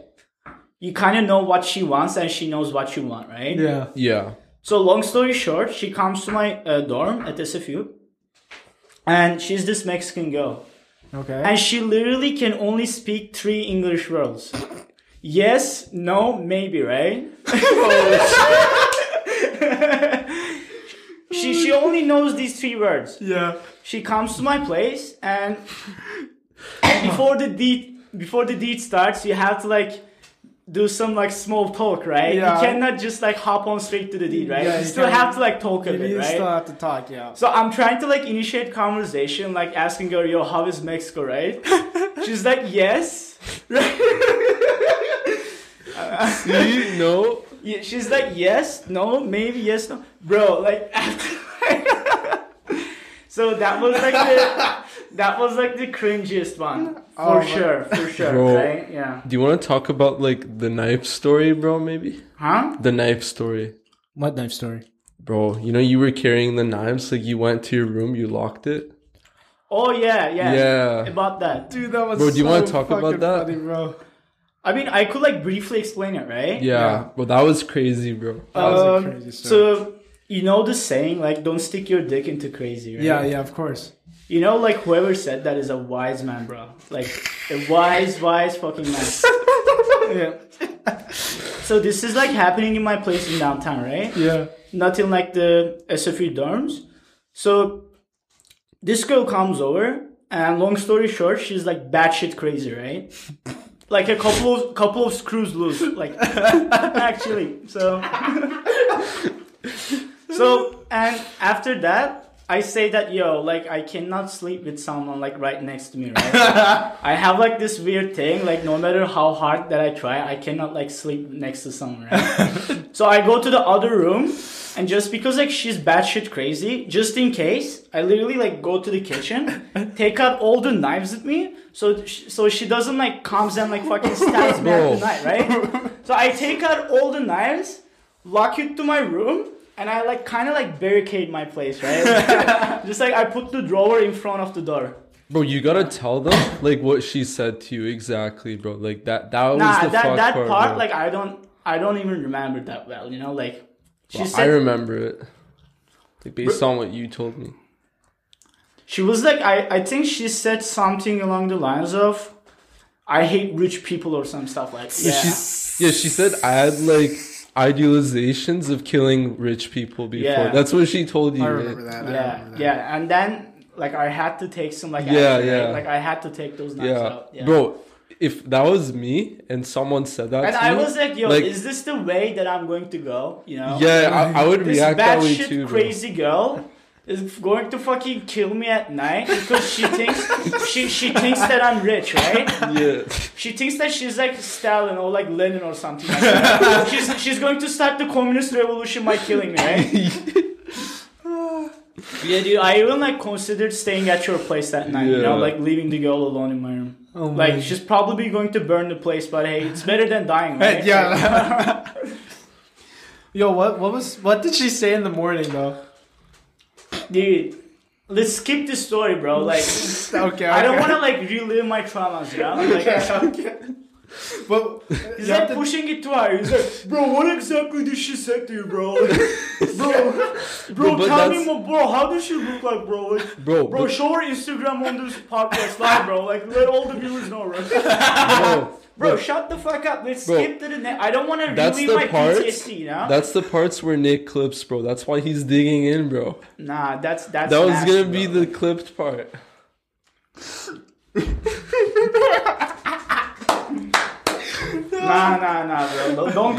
you kind of know what she wants and she knows what you want right
Yeah.
yeah,
so long story short she comes to my uh, dorm at sfu and she's this mexican girl
Okay.
and she literally can only speak three english words yes no maybe right she, she only knows these three words
Yeah.
she comes to my place and before the deed before the deed starts you have to like do some like small talk right
Yeah.
you cannot just like hop on straight to the deed right
Yeah,
you
you
still
can't-
have to like talk a
You
bit right
still have to talk. Yeah.
so i'm trying to like initiate conversation like asking her yo how is mexico right she's like yes
see, no,
Yeah, she's like, yes, no, maybe, yes, no. Bro, like, after, so that was like the, that was like the cringiest one.
Oh
For
my-
sure, for sure,
Bro.
right? Yeah.
do you want to talk about like the knife story, bro? Maybe
Huh?
the knife story,
What knife story?
bro. You know you were carrying the knives, like you went to your room, you locked it.
Oh, yeah, yeah.
Yeah.
About that.
Dude, that was.
Bro, do you
so
wanna talk
fucking
about that?
funny, bro?
I mean, I could like briefly explain it, right?
Yeah, well, that was crazy, bro.
That was a
Um,
crazy story.
so, you know the saying, like, don't stick your dick into crazy, right?
Yeah. Yeah. Of course.
You know, like, whoever said that is a wise man, bro. Like, a wise, wise fucking man. yeah. So, this is like happening in my place in downtown, right?
Yeah.
Nothing like the SFU dorms. So, this girl comes over, and long story short, she's like batshit crazy, right? Like a couple of couple of screws loose, like actually. So, so and after that, I say that yo, like I cannot sleep with someone like right next to me, right? I have like this weird thing, like no matter how hard that I try, I cannot like sleep next to someone, right? so I go to the other room, and just because like she's batshit crazy, just in case, I literally like go to the kitchen, take out all the knives at me, so sh- so she doesn't like comes and like fucking stabs me at the
Bro.
night, right? So I take out all the knives, lock it to my room, and I like kind of like barricade my place, right? Just like I put the drawer in front of the door.
Bro, you gotta tell them like what she said to you exactly, bro. Like that. That was
Nah,
the
that
fuck
that
part.
part,
bro.
like I don't I don't even remember that well, you know, like she
Well, I
said
remember it. Like based on what you told me.
she was like I I think she said something along the lines of I hate rich people or some stuff like yeah.
She's, yeah, she said I had like idealizations of killing rich people before.
Yeah.
That's what she told you.
I
right?
remember that. I
yeah,
remember that.
yeah, and then like I had to take some like
Yeah,
action, right?
yeah.
like I had to take those knives
Yeah.
out. Yeah.
bro. if that was me and someone said that
And
to
I
me,
was like, yo,
like-
is this the way that I'm going to go? You know?
yeah, I, I would
This
react that way
batshit
too. bro.
crazy girl is going to fucking kill me at night because she thinks she she thinks that I'm rich, right?
Yeah,
She thinks that she's like Stalin or like Lenin or something. Like that. she's she's going to start the communist revolution by killing me, right? yeah, dude. I even like considered staying at your place that night. You know,
Yeah.
like leaving the girl alone in my room.
Oh my
like she's probably going to burn the place, but hey, it's better than dying, right?
Yeah. Yo, what what was what did she say in the morning though?
dude. Let's skip this story, bro. Like.
Okay,
I don't want to like relive my traumas, you know? Like,
But
he's
you have
like
to-
pushing it too hard. He's like, bro, what exactly did she say to you, bro? Like, bro, bro,
But- but
tell me
that's-
more, bro. How does she look like, bro? Like,
bro,
bro,
bro,
show her Instagram on this podcast live, bro. Like, let all the viewers know, bro.
bro,
Bro,
bro,
shut the fuck up. Let's
Bro,
skip to the next. I don't want to
that's
relive
the
my
part-
PTSD, you know?
that's the parts where Nick clips, bro. That's why he's digging in, bro.
nah, that's that's.
That was
nasty,
gonna be
bro.
the clipped part.
Nah, nah, nah, bro. Don't.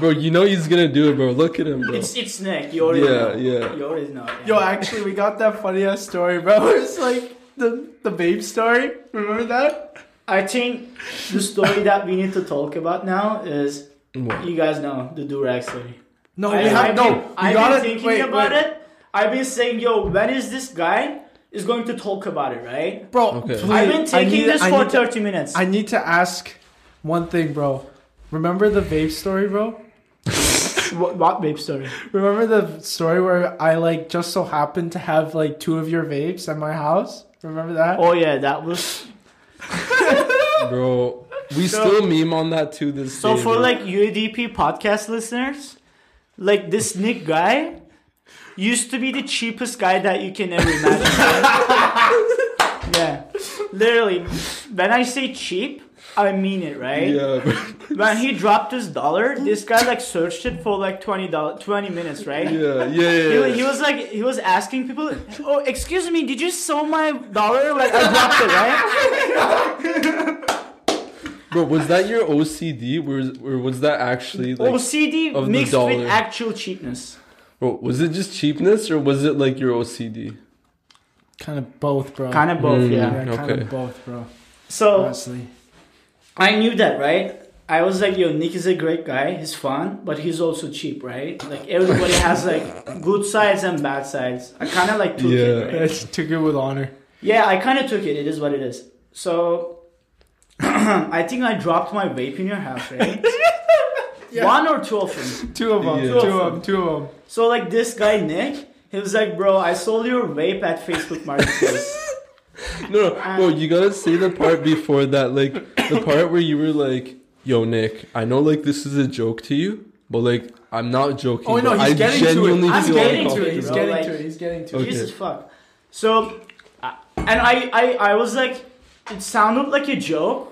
bro, you know he's gonna do it, bro. Look at him, bro.
it's it's Nick. You already know.
Yeah, yeah.
You already know. yeah.
Yo, actually, we got that funny ass story, bro. It's like the the babe story. Remember that?
I think the story that we need to talk about now is
What?
you guys know the Durak story.
No,
I,
we Oh, have
I've
no.
been,
we
I've
gotta-
been thinking
wait,
about
wait.
it. I've been saying, yo, when is this guy is going to talk about it, right?
bro.
Okay.
please,
I've been
I
taking
need-
this
I
for
need to-
30 minutes.
I need to ask one thing, bro. Remember the vape story, bro?
what, what vape story?
Remember the story where I like just so happened to have like two of your vapes at my house? Remember that?
Oh yeah, that was
Bro, we still meme on that to this
so
day.
for
bro.
like UADP podcast listeners, like this Nick guy used to be the cheapest guy that you can ever imagine. yeah, literally. When I say cheap, I mean it, right?
yeah, bro.
When he dropped his dollar, this guy like searched it for like twenty dollars, twenty minutes, right?
yeah, yeah, yeah.
He, wa- he was like he was asking people, "Oh, excuse me, did you sell my dollar? Like I dropped it, right?"
bro, was that your OCD? Was or was that actually like?
OCD
of the
mixed with
dollar.
actual cheapness.
Bro, was it just cheapness or was it like your OCD?
Kind of both, bro.
Kind of both,
Mm.
yeah.
yeah, kind
okay.
of both, bro.
So
Honestly,
I knew that, right? I was like, yo, Nick is a great guy. He's fun, but he's also cheap, right? Like everybody has like good sides and bad sides. I kind of like took
Yeah.
it,
yeah,
right?
it's too good with honor.
Yeah, I kind of took it. It is what it is. So I think I dropped my vape in your house, right? One or two of them.
Two of them,
Yeah.
two of them, two of them.
So like this guy Nick, he was like, bro, I sold your vape at Facebook Marketplace.
No, no, bro, you gotta say the part before that, like the part where you were like, "Yo, Nick, I know like this is a joke to you, but like I'm not joking.
Oh, no,
but
he's
I
getting to it.
genuinely
I'm
feel
getting to
uncomfortable."
it,
He's
bro,
getting
like-
to it. He's getting to it.
Okay.
Jesus fuck. So, uh, and I, I, I was like, it sounded like a joke,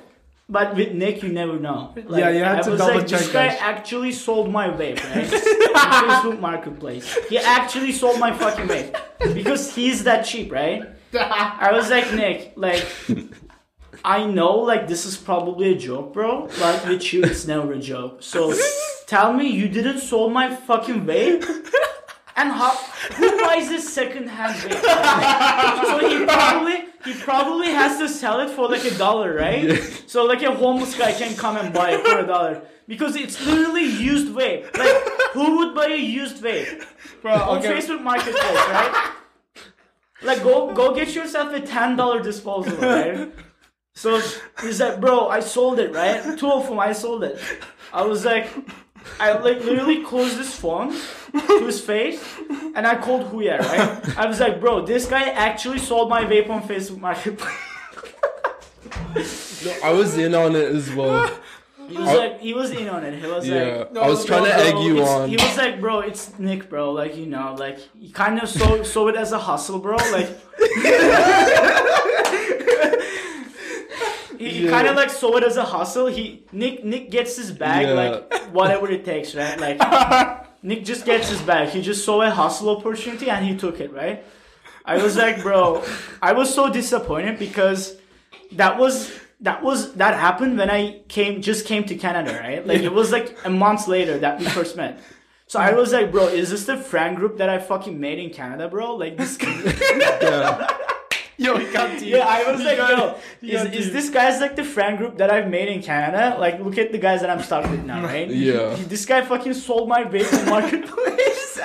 but with Nick, you never know. Like,
Yeah, you had
I
to
was
double
like, This
check
guy
that.
actually sold my vape, right? On Facebook Marketplace. He actually sold my fucking vape because he's that cheap, right? I was like, Nick, like. I know, like, this is probably a joke, bro. Like, with you, it's never a joke. So, tell me you didn't sold my fucking vape? And how, who buys this secondhand vape? so he probably he probably has to sell it for like a dollar, right? So like a homeless guy can come and buy it for a dollar because it's literally used vape. Like who would buy a used vape
Bro,
on Facebook Marketplace, right? Like go go get yourself a ten dollar disposal, right? So he's like, bro, I sold it, right? Two of them, I sold it. I was like, I like literally closed this phone to his face, and I called Huya, right? I was like, bro, this guy actually sold my vape on Facebook Marketplace.
No, I was in on it as well.
He was like, he was in on it. He was
Oh. Yeah,
like.
I was
no,
trying to
no,
egg you
it's-
on.
He was like, bro, it's Nick, bro. Like, you know, like, you kind of saw, saw it as a hustle, bro. Like, he, he kind of like saw it as a hustle. He Nick Nick gets his bag,
Yeah.
like whatever it takes, right? Like, Nick just gets his bag. He just saw a hustle opportunity and he took it, right? I was like, bro, I was so disappointed because that was that was that happened when I came just came to Canada, right? Like it was like a month later that we first met. So I was like, bro, is this the friend group that I fucking made in Canada, bro? Like this
Yo, he got deep.
Yeah, I was like, yo,
you got
is,
deep.
is this guy's like the friend group that I've made in Canada? Like, look at the guys that I'm stuck with now, right?
Yeah.
This guy fucking sold my vape in marketplace.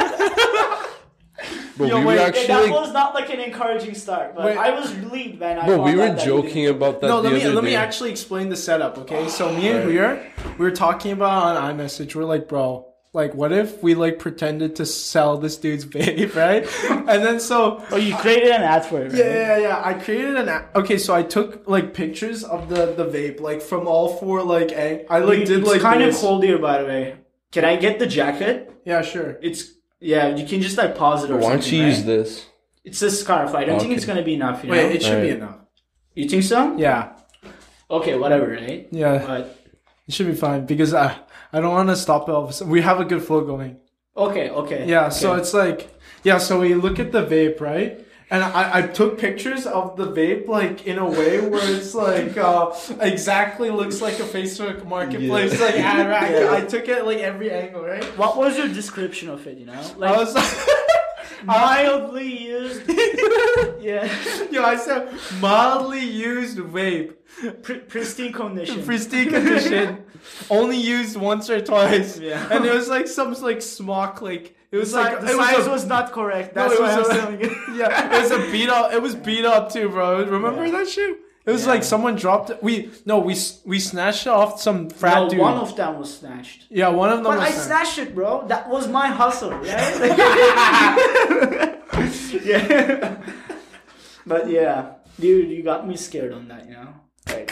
But
Yo, wait,
we were
that
that
actually,
was not like an encouraging start, but
Wait.
I was relieved, man. I
but
found
we were
out that you did.
joking about that
no,
the
let me
other
let
day.
me actually explain the setup, okay? So me and
Right.
Huyer, we were talking about on iMessage. We're like, bro, like, what if we like pretended to sell this dude's vape, right? and then so
Oh, you created an ad for it, right?
yeah, yeah, yeah. I created an app. Okay, so I took like pictures of the the vape, like from all four like ang- I like
It's
did like
kind
this.
of cold here, by the way. Can I get the jacket?
Yeah, sure.
It's yeah. You can just like pause it or
Why don't
something.
you use
right?
this?
It's a scarf. I don't think it's
Okay.
gonna be enough. You know?
Wait, it should be
Alright.
enough.
you think so?
Yeah,
Okay, whatever, right?
yeah.
But
It should be fine because I I don't want to stop it. All of a sudden. We have a good flow going.
okay, okay.
Yeah, so
okay.
it's like yeah, so we look at the vape, right? And I, I took pictures of the vape like in a way where it's like uh, exactly looks like a Facebook marketplace like ad right? I took it like every angle, right?
What was your description of it? You know,
I
like
was uh,
mildly used. yeah,
yo, I said mildly used vape,
Pr- pristine condition.
pristine condition, only used once or twice.
Yeah.
And it was like some like smock like it was
Si-
like
the
it was
size was,
a-
not correct.
No,
That's
it
why I'm
was a-
telling you.
yeah, it was a beat up. It was beat up too, bro. Remember
Yeah.
that shit? It was
Yeah.
like someone dropped. It. We no, we s- we snatched it off some frat
No,
dude.
one of them was snatched.
yeah, one of them.
But
was
I
snatched.
snatched it, bro. That was my hustle, right? yeah. But yeah, dude, you got me scared on that, you know. Like,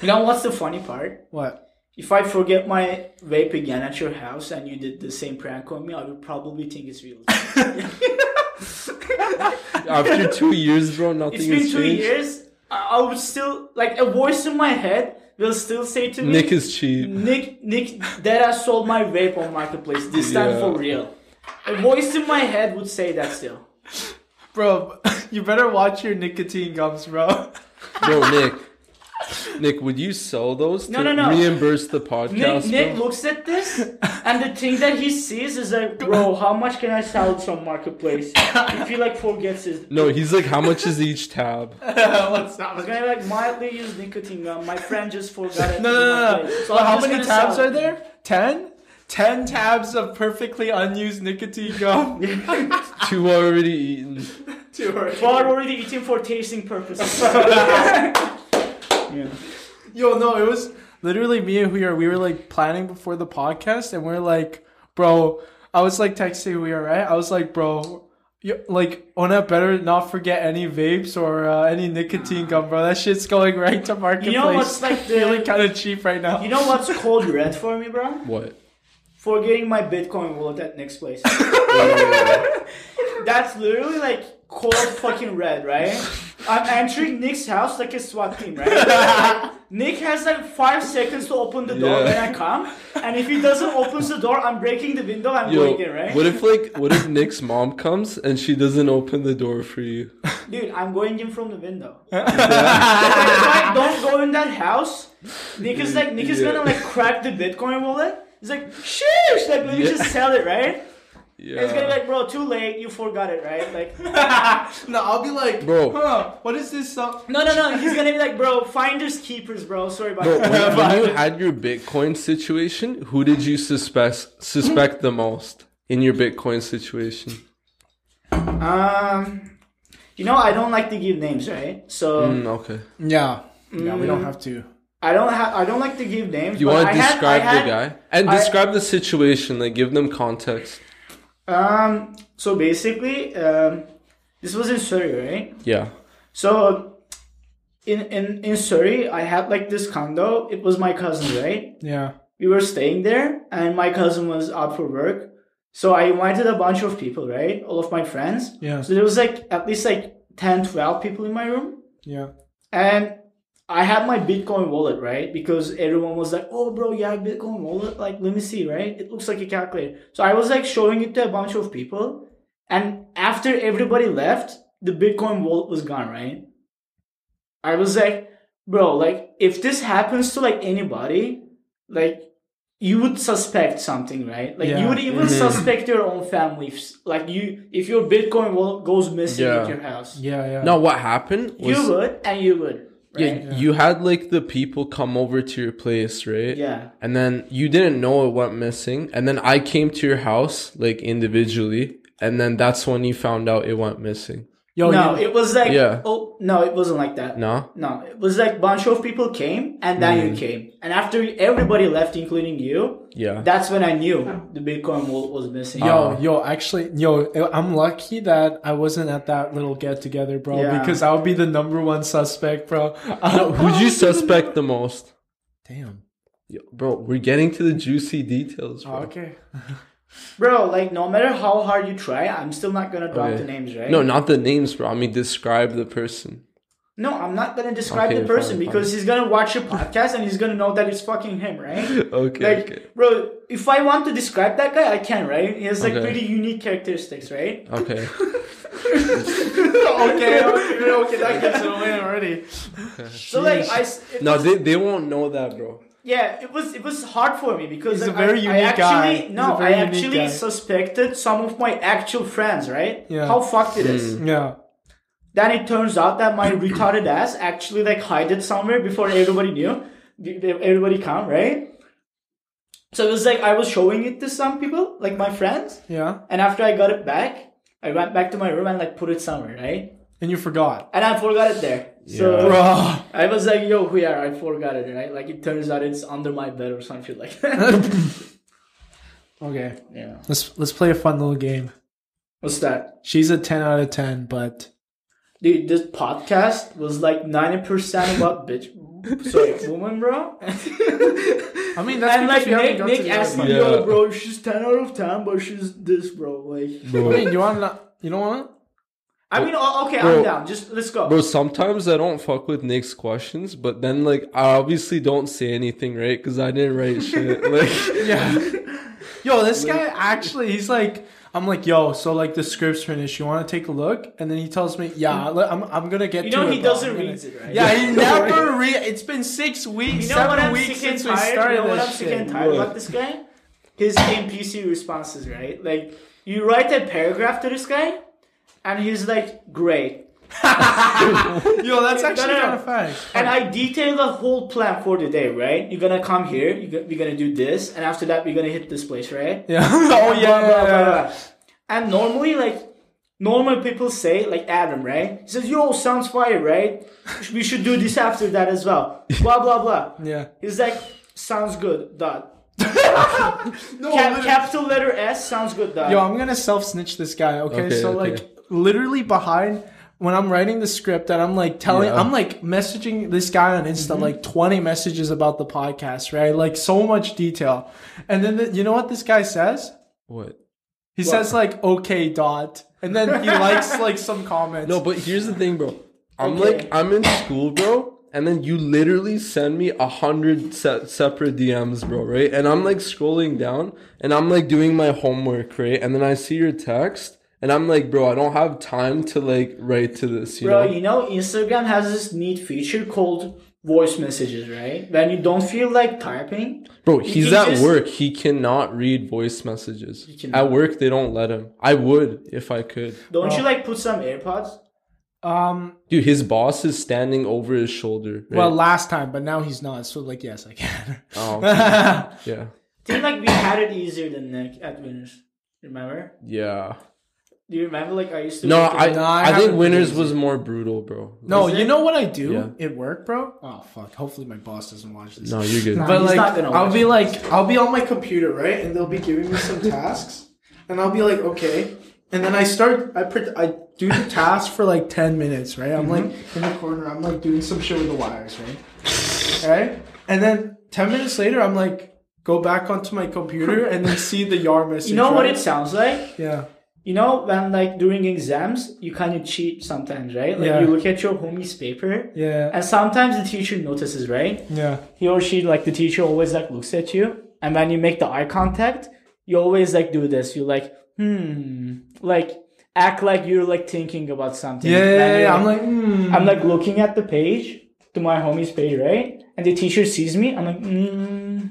you know what's the funny part?
What?
If I forget my vape again at your house and you did the same prank on me, I would probably think it's real.
After two years, bro, nothing
it's been
has
two
changed.
years. I I would still like a voice in my head will still say to me,
Nick is cheap.
Nick, Nick, that I sold my vape on marketplace this time
Yeah.
for real. A voice in my head would say that still.
Bro, you better watch your nicotine gums, bro.
Bro, Nick. Nick, would you sell those
No, no,
to
no.
reimburse the
Nick,
podcast?
Nick
bro?
looks at this, and the thing that he sees is like, bro, how much can I sell this on marketplace? If he like forgets his,
No, he's like, how much is each tab?
What's
I was
up?
gonna like mildly use nicotine gum. My friend just forgot it.
No, no,
in
no, no.
marketplace.
So
I'm
how
just
many
gonna
tabs
sell
are
it.
there? Ten. Ten tabs of perfectly unused nicotine gum.
Two already eaten.
Two or-
But already eaten for tasting purposes. yeah.
Yo, no, it was literally me and Huyer. We were like planning before the podcast, and we are like, bro, I was like texting Huyer, right? I was like, bro, you, like, Ona better not forget any vapes or uh, any nicotine gum, bro. That shit's going right to marketplace.
You know what's like
really
the.
kind of cheap right now?
You know what's cold red for me, bro?
What?
forgetting my Bitcoin wallet at next place. That's literally like cold fucking red, right? I'm entering Nick's house like a SWAT team, right? Nick has like five seconds to open the door
Yeah.
when I come, and if he doesn't open the door, I'm breaking the window. I'm
Yo,
going in, right?
what if like, what if Nick's mom comes and she doesn't open the door for you?
Dude, I'm going in from the window. if I don't go in that house, Nick is like Nick is
Yeah.
gonna like crack the Bitcoin wallet. He's like, sheesh, like let me
Yeah.
just sell it, right?
Yeah.
And It's gonna be like, bro, too late. You forgot it, right? Like,
no, I'll be like,
Bro.
huh, what is this song?
no, no, no. He's gonna be like, bro, finders keepers, bro. Sorry about
Bro, when,
that.
when you had your Bitcoin situation, who did you suspect suspect the most in your Bitcoin situation?
Um, you know, I don't like to give names, right? So
Mm, okay.
Yeah, yeah, we
Mm.
don't have to.
I don't have. I don't like to give names.
You
but
want
I
to
had-
describe
I had-
the guy and
I-
describe the situation, like give them context.
Um. So basically, um, this was in Surrey, right?
Yeah.
So. In, in, in Surrey, I had like this condo. It was my cousin, right?
Yeah,
we were staying there and my cousin was out for work so i invited a bunch of people right all of my friends
Yeah.
so there was like at least like 10 12 people in my room
yeah.
and i had my bitcoin wallet right because everyone was like oh bro you have bitcoin wallet like let me see right it looks like a calculator so i was like showing it to a bunch of people and after everybody left the bitcoin wallet was gone right I was like, bro, like if this happens to like anybody, like you would suspect something, right? Like you
Yeah.
would even
Mm-hmm.
suspect your own family. If, like you, if your Bitcoin wallet goes missing
Yeah.
at your house,
Yeah, yeah.
No, what happened was
you would and you would. Right?
yeah, you had like the people come over to your place, right?
Yeah.
And then you didn't know it went missing, and then I came to your house like individually, and then that's when you found out it went missing.
Yo,
no,
you-
it was like
Yeah.
oh no, it wasn't like that.
No,
No, it was like bunch of people came and then you came, and after everybody left, including you,
yeah,
that's when I knew the Bitcoin wallet was missing.
yo, yo, actually, yo, I'm lucky that I wasn't at that little get together, bro,
Yeah.
because I would be the number one suspect, bro.
No, who'd you suspect the most?
Damn.
Yo, bro, we're getting to the juicy details, bro.
Okay.
Bro, like no matter how hard you try, I'm still not gonna drop
Okay.
the names, right?
Oh, No, not the names, bro. I mean, describe the person.
no, I'm not gonna describe
Okay,
the person
fine,
because he's gonna watch your podcast and he's gonna know that it's fucking him, right?
Okay,
Like,
okay,
bro, if I want to describe that guy, I can, right? He has like
Okay.
pretty unique characteristics, right?
okay.
okay, okay, okay, that guy's a win already. So like, I s- it
No,
was-
they, they won't know that, bro.
Yeah, it was it was hard for me because
He's a
like,
very
I, I
unique guy.
actually
He's
no,
a very
I
unique
actually
guy.
suspected some of my actual friends, right?
Yeah.
How fucked it is.
Yeah.
Then it turns out that my retarded ass actually like hid it somewhere before everybody knew. They- they- Everybody come right. So it was like I was showing it to some people, like my friends,
Yeah.
and after I got it back, I went back to my room and like put it somewhere, right?
And you forgot.
And I forgot it there. So
Yeah.
Bro.
I was like, yo, who are I forgot it, right? Like it turns out it's under my bed or something like that.
Okay.
yeah.
Let's let's play a fun little game.
What's that?
She's a 10 out of 10, but
Dude, this podcast was like 90% about bitch. Sorry, woman, bro.
I mean
and like Nick, Nick asked me,
Yeah.
yo, bro, she's 10 out of 10, but she's this, bro. Like,
I mean, you want to you don't want
I mean, oh, okay,
Bro.
I'm down. Just let's go.
Bro, sometimes I don't fuck with Nick's questions, but then like I obviously don't say anything, right? Because I didn't write shit. Like,
Yeah. yo, this guy actually he's like I'm like, "Yo, so like the script's finished. You want to take a look?" And then he tells me, "Yeah, li- I'm I'm going to get
You
to
know
it,
he
bro.
doesn't
Mm. I'm gonna-
read it, right?
Yeah, he never read. It's been 6 weeks,
You know what
7
I'm
weeks
sick and
since we
tired?
started
you know what
this
I'm sick
shit.
and tired
What?
about this guy? His NPC responses, right? Like, you write a paragraph to this guy, and he's like, great.
Yo, that's
No,
actually
no, no.
kind of fact.
And I detail the whole plan for the day, right? You're gonna come here, you go- we're gonna do this, and after that, we're gonna hit this place, right?
Yeah. oh
Blah,
yeah.
blah, blah, blah. And normally, like, normal people say, like Adam, right? He says, yo, sounds fire, right? We should do this after that as well. Blah, blah, blah.
Yeah.
He's like, sounds good, dot.
No,
Cap- capital letter S sounds good, dot.
Yo, I'm gonna self snitch this guy. Okay,
Okay,
so
okay.
like literally behind when I'm writing the script and I'm like telling,
Yeah. Mm-hmm.
I'm like messaging this guy on Insta like 20 messages about the podcast, right? Like so much detail, and then the, you know what this guy says?
what?
He says like okay dot, and then he likes like some comments.
No, but here's the thing, bro. I'm
Okay.
like I'm in school, bro, and then you literally send me a hundred se- separate DMs, bro, right? And I'm like scrolling down, and I'm like doing my homework, right? And then I see your text, and I'm like, bro, I don't have time to like write to this, you
Bro,
know?
you know, Instagram has this neat feature called voice messages, right? When you don't feel like typing,
Bro,
you
he's
can
at
just-
work. He cannot read voice messages.
cannot.
At work, they don't let him. I would if I could.
don't you like put some AirPods?
Um.
Dude, his boss is standing over his shoulder. right?
Well, last time, but now he's not. So like, yes, I can.
Oh, okay. yeah,
Think like we had it easier than Nick at Winners. Remember?
yeah.
Do you remember? Like I used to.
No,
work at-
I
No, I
I, think
haven't
Winners was more brutal, bro.
No,
Is
you
it?
know what I do
Yeah.
at work, bro? Oh fuck! Hopefully my boss doesn't watch this.
no, you're good.
Nah.
But
He's
like,
not gonna
I'll
watch
be like, I'll be on my computer, right? And they'll be giving me some tasks, and I'll be like, okay. And then I start, I put, I do the task for like ten minutes, right? I'm like in the corner, I'm like doing some shit with the wires, right? Right? And then ten minutes later, I'm like, go back onto my computer and then see the yard message.
you know what
right?
it sounds like?
Yeah.
You know when like during exams you kind of cheat sometimes, right? Like
Yeah.
you look at your homie's paper,
Yeah.
and sometimes the teacher notices, right?
Yeah.
he or she like the teacher always like looks at you and when you make the eye contact you always like do this you like hmm like act like you're like thinking about something.
Yeah,
And
yeah,
you're
yeah. I'm like, mm.
I'm like looking at the page to my homie's page, right? And the teacher sees me. I'm like, mm,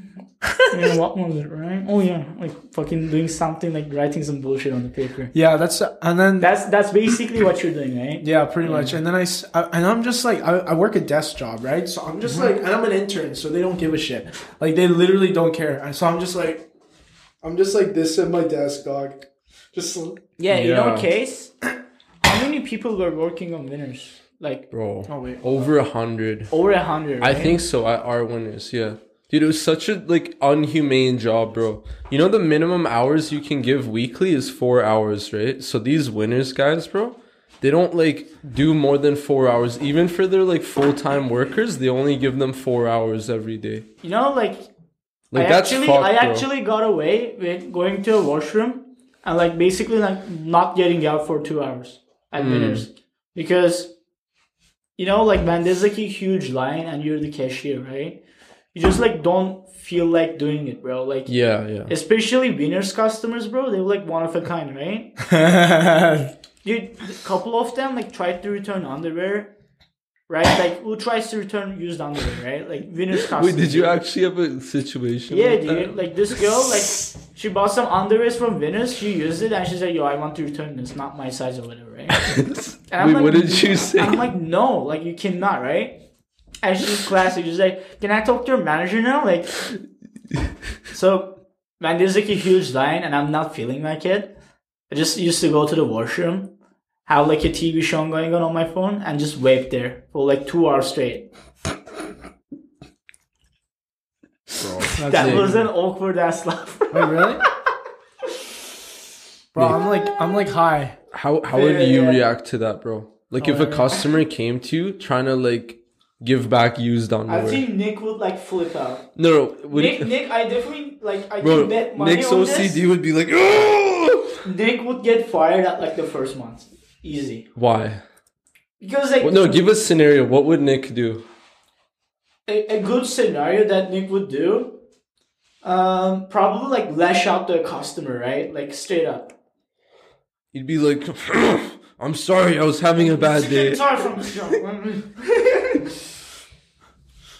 man, what was it, right? Oh yeah, like fucking doing something, like writing some bullshit on the paper.
yeah, that's and then
That's that's basically what you're doing, right?
Yeah, pretty much. And then I, s- I- and I'm just like, I, I work a desk job, right? So I'm just like, and I'm an intern, so they don't give a shit. Like they literally don't care. And so I'm just like, I'm just like this at my desk, dog. Just
Yeah, in our
Yeah.
case, how many people were working on winners? Like
bro.
Oh, wait.
Over a hundred.
over a hundred.
I
right?
think so. At R winners, yeah. Dude, it was such a like unhumane job, bro. You know the minimum hours you can give weekly is four hours, right? So these winners guys, bro, they don't like do more than four hours. Even for their like full time workers, they only give them four hours every day.
you know, like,
Like
I
that's
actually,
fucked,
I
bro.
actually got away with going to a washroom and like basically like not getting out for two hours at
Hmm.
winners because you know, like man, there's like a huge line and you're the cashier, right? You just like don't feel like doing it, bro. Like,
yeah, yeah.
especially winners customers, bro. They're like one of a kind, right? Dude, a couple of them like tried to return underwear, right? Like who tries to return used underwear, right? Like winners
Wait,
costume.
did you actually have a situation?
Yeah,
like
dude.
that?
Like this girl, like she bought some underwear from Venus. She used it and she's like, "Yo, I want to return this. Not my size or whatever." Right? And I'm
Wait,
like,
what did you say?
I'm like, "No, like you cannot, right?" And she's classic. She's like, "Can I talk to your manager now?" Like, so man, there's like a huge line, and I'm not feeling like it. I just used to go to the washroom, have like a TV show going on on my phone, and just wait there for like two hours straight.
That's
That
it.
was an awkward ass laugh.
Wait, really? Bro, I'm like, I'm like high.
How how would
Yeah, Oh,
you
yeah.
react to that, bro? Like if a customer came to you trying to like give back used
I
underwear.
think Nick would like flip out.
No, no, would
Nick, Nick, I definitely like. I
bro,
can bet money
Nick's
on
OCD would be like, "Oh!"
this. Nick would get fired at like the first month, easy.
why?
Because like
Well, no, give us scenario. What would Nick do?
a, a good scenario that Nick would do, um, probably like lash out to a customer, right? Like straight up.
He'd be like, "I'm sorry, I was having a bad
Get
day."
tired from this job.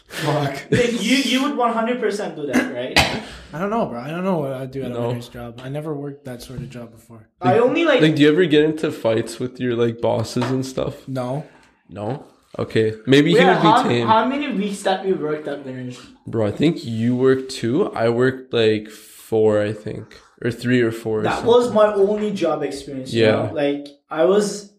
Fuck.
Nick, you you would one hundred percent do that, right?
I don't know, bro. I don't know what I'd do at a
No.
waitress job. I never worked that sort of job before.
I only like,
Like, do you ever get into fights with your like bosses and stuff?
No.
No. Okay, maybe he
yeah,
would be
how,
tame,
how many weeks that we worked at Winners?
bro. I think you worked two. I worked like four, I think, or three or four. or
that
something.
was my only job experience you
Yeah.
know? like i was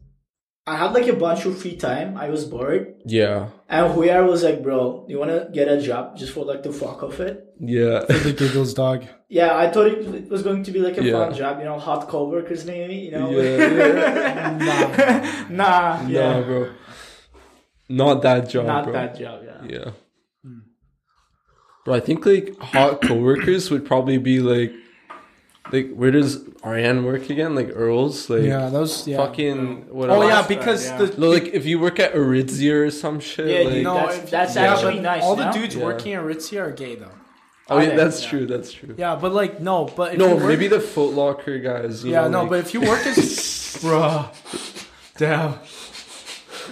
i had like a bunch of free time i was bored
yeah,
and Huyar was like bro you want to get a job just for like the fuck of it
yeah.
The giggles, dog.
yeah i thought it, it was going to be like a
Yeah.
fun job you know hot coworkers maybe you know
Yeah.
nah
No,
yeah
bro. Not that job,
not
bro.
that Hmm. job yeah
Yeah. Bro, I think like hot coworkers would probably be like, like where does Ariane work again? Like Earl's, like
Yeah, those. Yeah.
fucking what?
oh yeah,
else?
because
yeah.
the
No, like if you work at Aritzia or some shit.
Yeah,
like,
you know- That's-
if-
that's actually
but
nice,
All
no?
the dudes
Yeah.
working at Ritzia are gay though.
oh yeah,
Yeah.
that's true. That's true.
Yeah, but like no, but if
No,
you work-
maybe the Foot Locker guys. You
yeah, no,
know, like-
but if you work as bruh, damn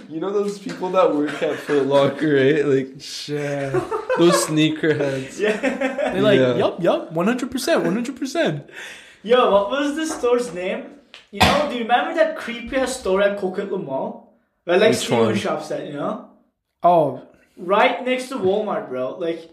you know those people that work at Foot Locker, right? Like
shit,
those sneakerheads.
they're like
Yeah.
yup yup one hundred percent one hundred percent.
Yo, what was the store's name? You know, do you remember that creepy ass store at Coquitlam Mall? Where like
Which
Steven
one?
shops at, you know?
Oh
Right next to Walmart, bro. Like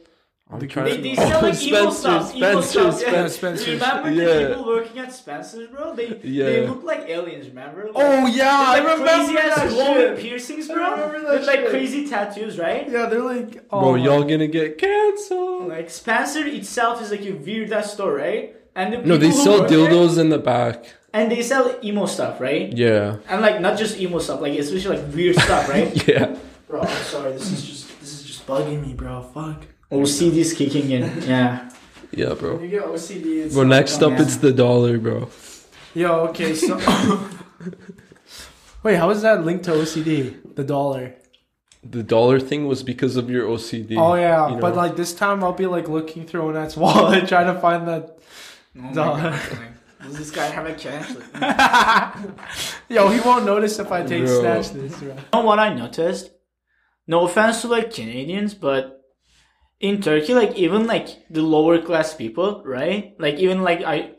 I'm
They,
trying.
they
to
sell like evil
Spencer's,
stuff. evil
Spencer's,
stuff.
Spencer's,
yeah.
Spencer's.
Do you remember
Yeah.
the people working at Spencer's, bro? They they
Yeah.
look like aliens. Remember? Like,
oh yeah,
they're,
I
like,
remember
crazy ass
that
glowing
shit.
piercings,
I
bro.
remember that
With like
shit.
crazy tattoos, right?
Yeah, they're like oh
Bro,
my-
y'all gonna get canceled.
Like Spencer itself is like a weird ass store, right? And the
No, they
people who
sell
work there-
dildos in the back.
and they sell emo stuff, right?
Yeah.
And like not just emo stuff, like especially like weird stuff, right?
Yeah.
bro, I'm sorry, this is just this is just bugging me, bro. Fuck.
Oh,
OCD's kicking in. Yeah.
Yeah, bro.
You get OCD. It's
Bro, next up
yeah.
it's the dollar, bro.
Yo, okay, so wait, how is that linked to OCD? The dollar.
The dollar thing was because of your OCD.
Oh yeah,
you
but
know?
like this time I'll be like looking through Onat's wallet trying to find that
Oh my
Dog.
God, man. Does this guy have a chance? Like,
Yo, he won't notice if I take
Bro.
snatch this, bro.
You know what I noticed? No offense to like Canadians, but in Turkey, like even like the lower class people, right? Like even like I,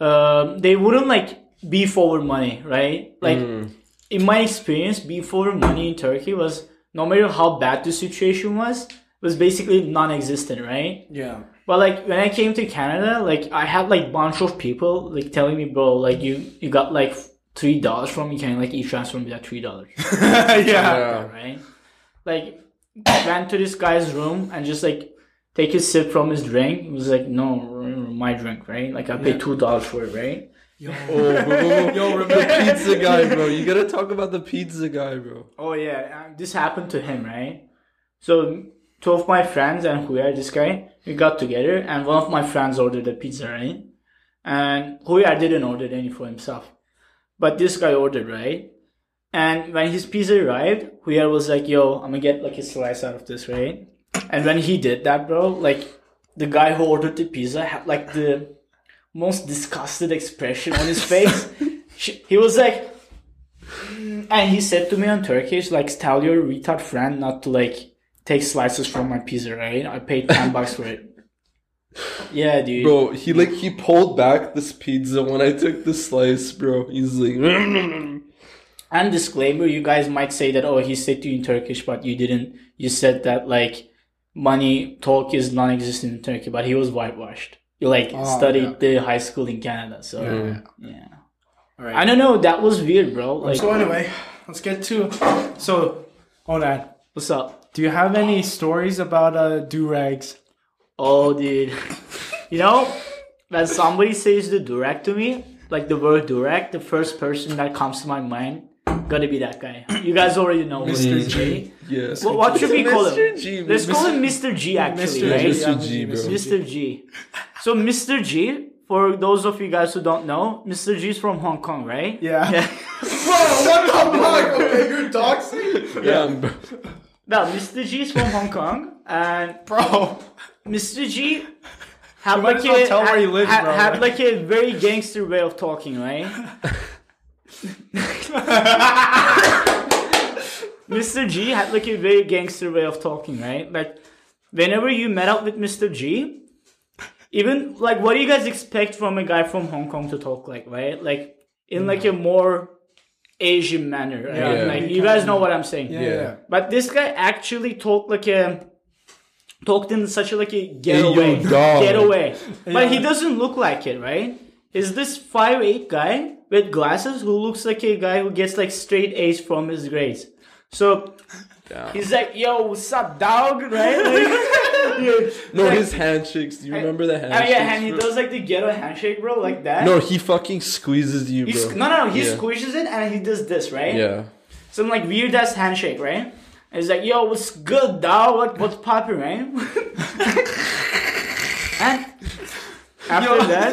um, they wouldn't like be forward money, right? Like in my experience, be forward money in Turkey was no matter how bad the situation was, was basically non-existent, right?
Yeah.
But like when I came to Canada, like I had like bunch of people like telling me, bro, like you you got like three dollars from me, can you like e-transfer me that three dollars?
yeah.
Yeah.
right? Like, went to this guy's room and just like take a sip from his drink. It was like, no, my drink, right? Like, I paid two dollars for it, right?
Oh, bro. Yo, remember the pizza guy, bro. You gotta talk about the pizza guy, bro.
Oh yeah, uh, this happened to him, right? So two of my friends and Huyar, this guy, we got together, and one of my friends ordered a pizza, right? And Huyar didn't order any for himself, but this guy ordered, right? And when his pizza arrived, Huyar was like, "Yo, I'm gonna get like a slice out of this, right?" And when he did that, bro, like the guy who ordered the pizza had like the most disgusted expression on his face. She- he was like, and he said to me on Turkish, like, tell your retard friend not to like take slices from my pizza, right? I paid ten bucks for it. Yeah, dude.
Bro, he like he pulled back this pizza when I took the slice, bro. He's like,
And disclaimer, you guys might say that, oh, he said to you in Turkish, but you didn't. You said that like money talk is non-existent in Turkey, but he was whitewashed. You like
Oh,
studied the high school in Canada, so yeah.
All right.
I don't know. That was weird, bro. Like,
So anyway, let's get to so Onan,
what's up?
do you have any stories about uh do rags?
Oh, dude. you know, when somebody says the Durek to me, like the word Durek, the first person that comes to my mind, gotta be that guy. You guys already know Mr. G.
yes.
What, what should we call him?
Mr. G,
Let's call
Mr.
him Mr. G, actually,
Mr.
right?
Mr. G, bro.
Mr. G. So Mr. G, for those of you guys who don't know, Mr. G is from Hong Kong, right?
Yeah.
you're doxing? Yeah, bro.
Well, Mr. G is from Hong Kong, and
Bro.
Mr. G had
might
like
as well
a
tell where
had,
he lives,
had-
bro.
had like a very gangster way of talking, right? Mr. G had like a very gangster way of talking, right? Like whenever you met up with Mr. G, even like what do you guys expect from a guy from Hong Kong to talk like, right? Like in like a more Asian manner, right?
Yeah.
Like you guys know what I'm saying.
Yeah.
Yeah.
But this guy actually talked like a talked in such a like a getaway,
yo, dog.
getaway. But he doesn't look like it, right? Is this five eight guy with glasses who looks like a guy who gets like straight A's from his grades? So he's like, "Yo, what's up, dog?" Right? Like, yeah.
No, his handshakes. Do you remember the
Oh
handshakes?
yeah, and he
bro?
does like the ghetto handshake, bro, like that.
No, he fucking squeezes you,
He
bro.
squ- no, no, no. He
Yeah.
squishes it and he does this, right?
Yeah.
some like weird ass handshake, right? And he's like, "Yo, what's good, dog? What what's poppin', right?" and after that,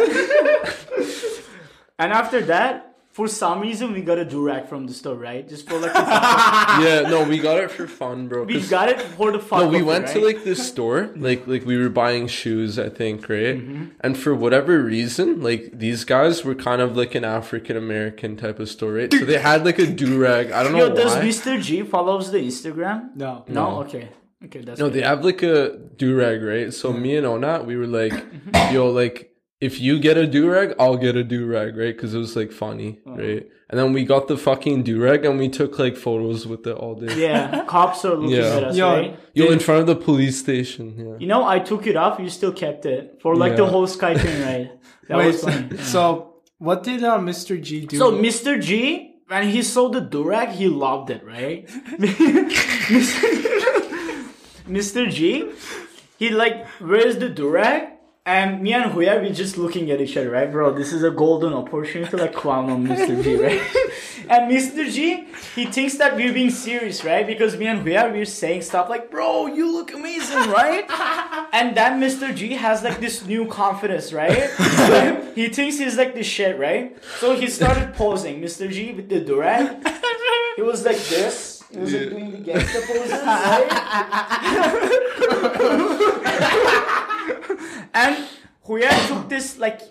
and after that, for some reason, we got a durag from the store, right? Just for like, the-
Yeah, no, we got it for fun, bro.
we
'cause-
got it for the fuck.
No, we
of it,
went to
right?
like this store, like like we were buying shoes, I think, right?
Mm-hmm.
And for whatever reason, like these guys were kind of like an African American type of store, right? So they had like a do rag. I don't
Yo,
know
does
why.
Mr. G follows the Instagram?
No.
No. Okay. Okay. That's
No,
good.
they have like a do rag, right? So me and Ona, we were like,
Mm-hmm.
yo, like if you get a do rag, I'll get a do rag, right? Because it was like funny,
Uh-huh.
right? And then we got the fucking do rag and we took like photos with it all day.
Yeah, cops are looking
Yeah.
at us,
Yo,
right?
Yo, in front of the police station. Yeah.
You know, I took it off. You still kept it for like the
Yeah.
whole sky thing, right? That
Wait,
was funny.
so, so what did uh, Mr. G do?
So Mr. G, when he saw the durag, he loved it, right? Mr. G, he like wears the durag, and me and Huya we just looking at each other, right, bro? This is a golden opportunity to like clown on Mr. G, right? and Mr. G, he thinks that we're being serious, right? Because me and Huya we're saying stuff like, "Bro, you look amazing, right?" and then Mr. G has like this new confidence, right? he thinks he's like this shit, right? So he started posing, Mr. G with the durag. He was like this. He was like doing the gangster poses, right? and Huya took this like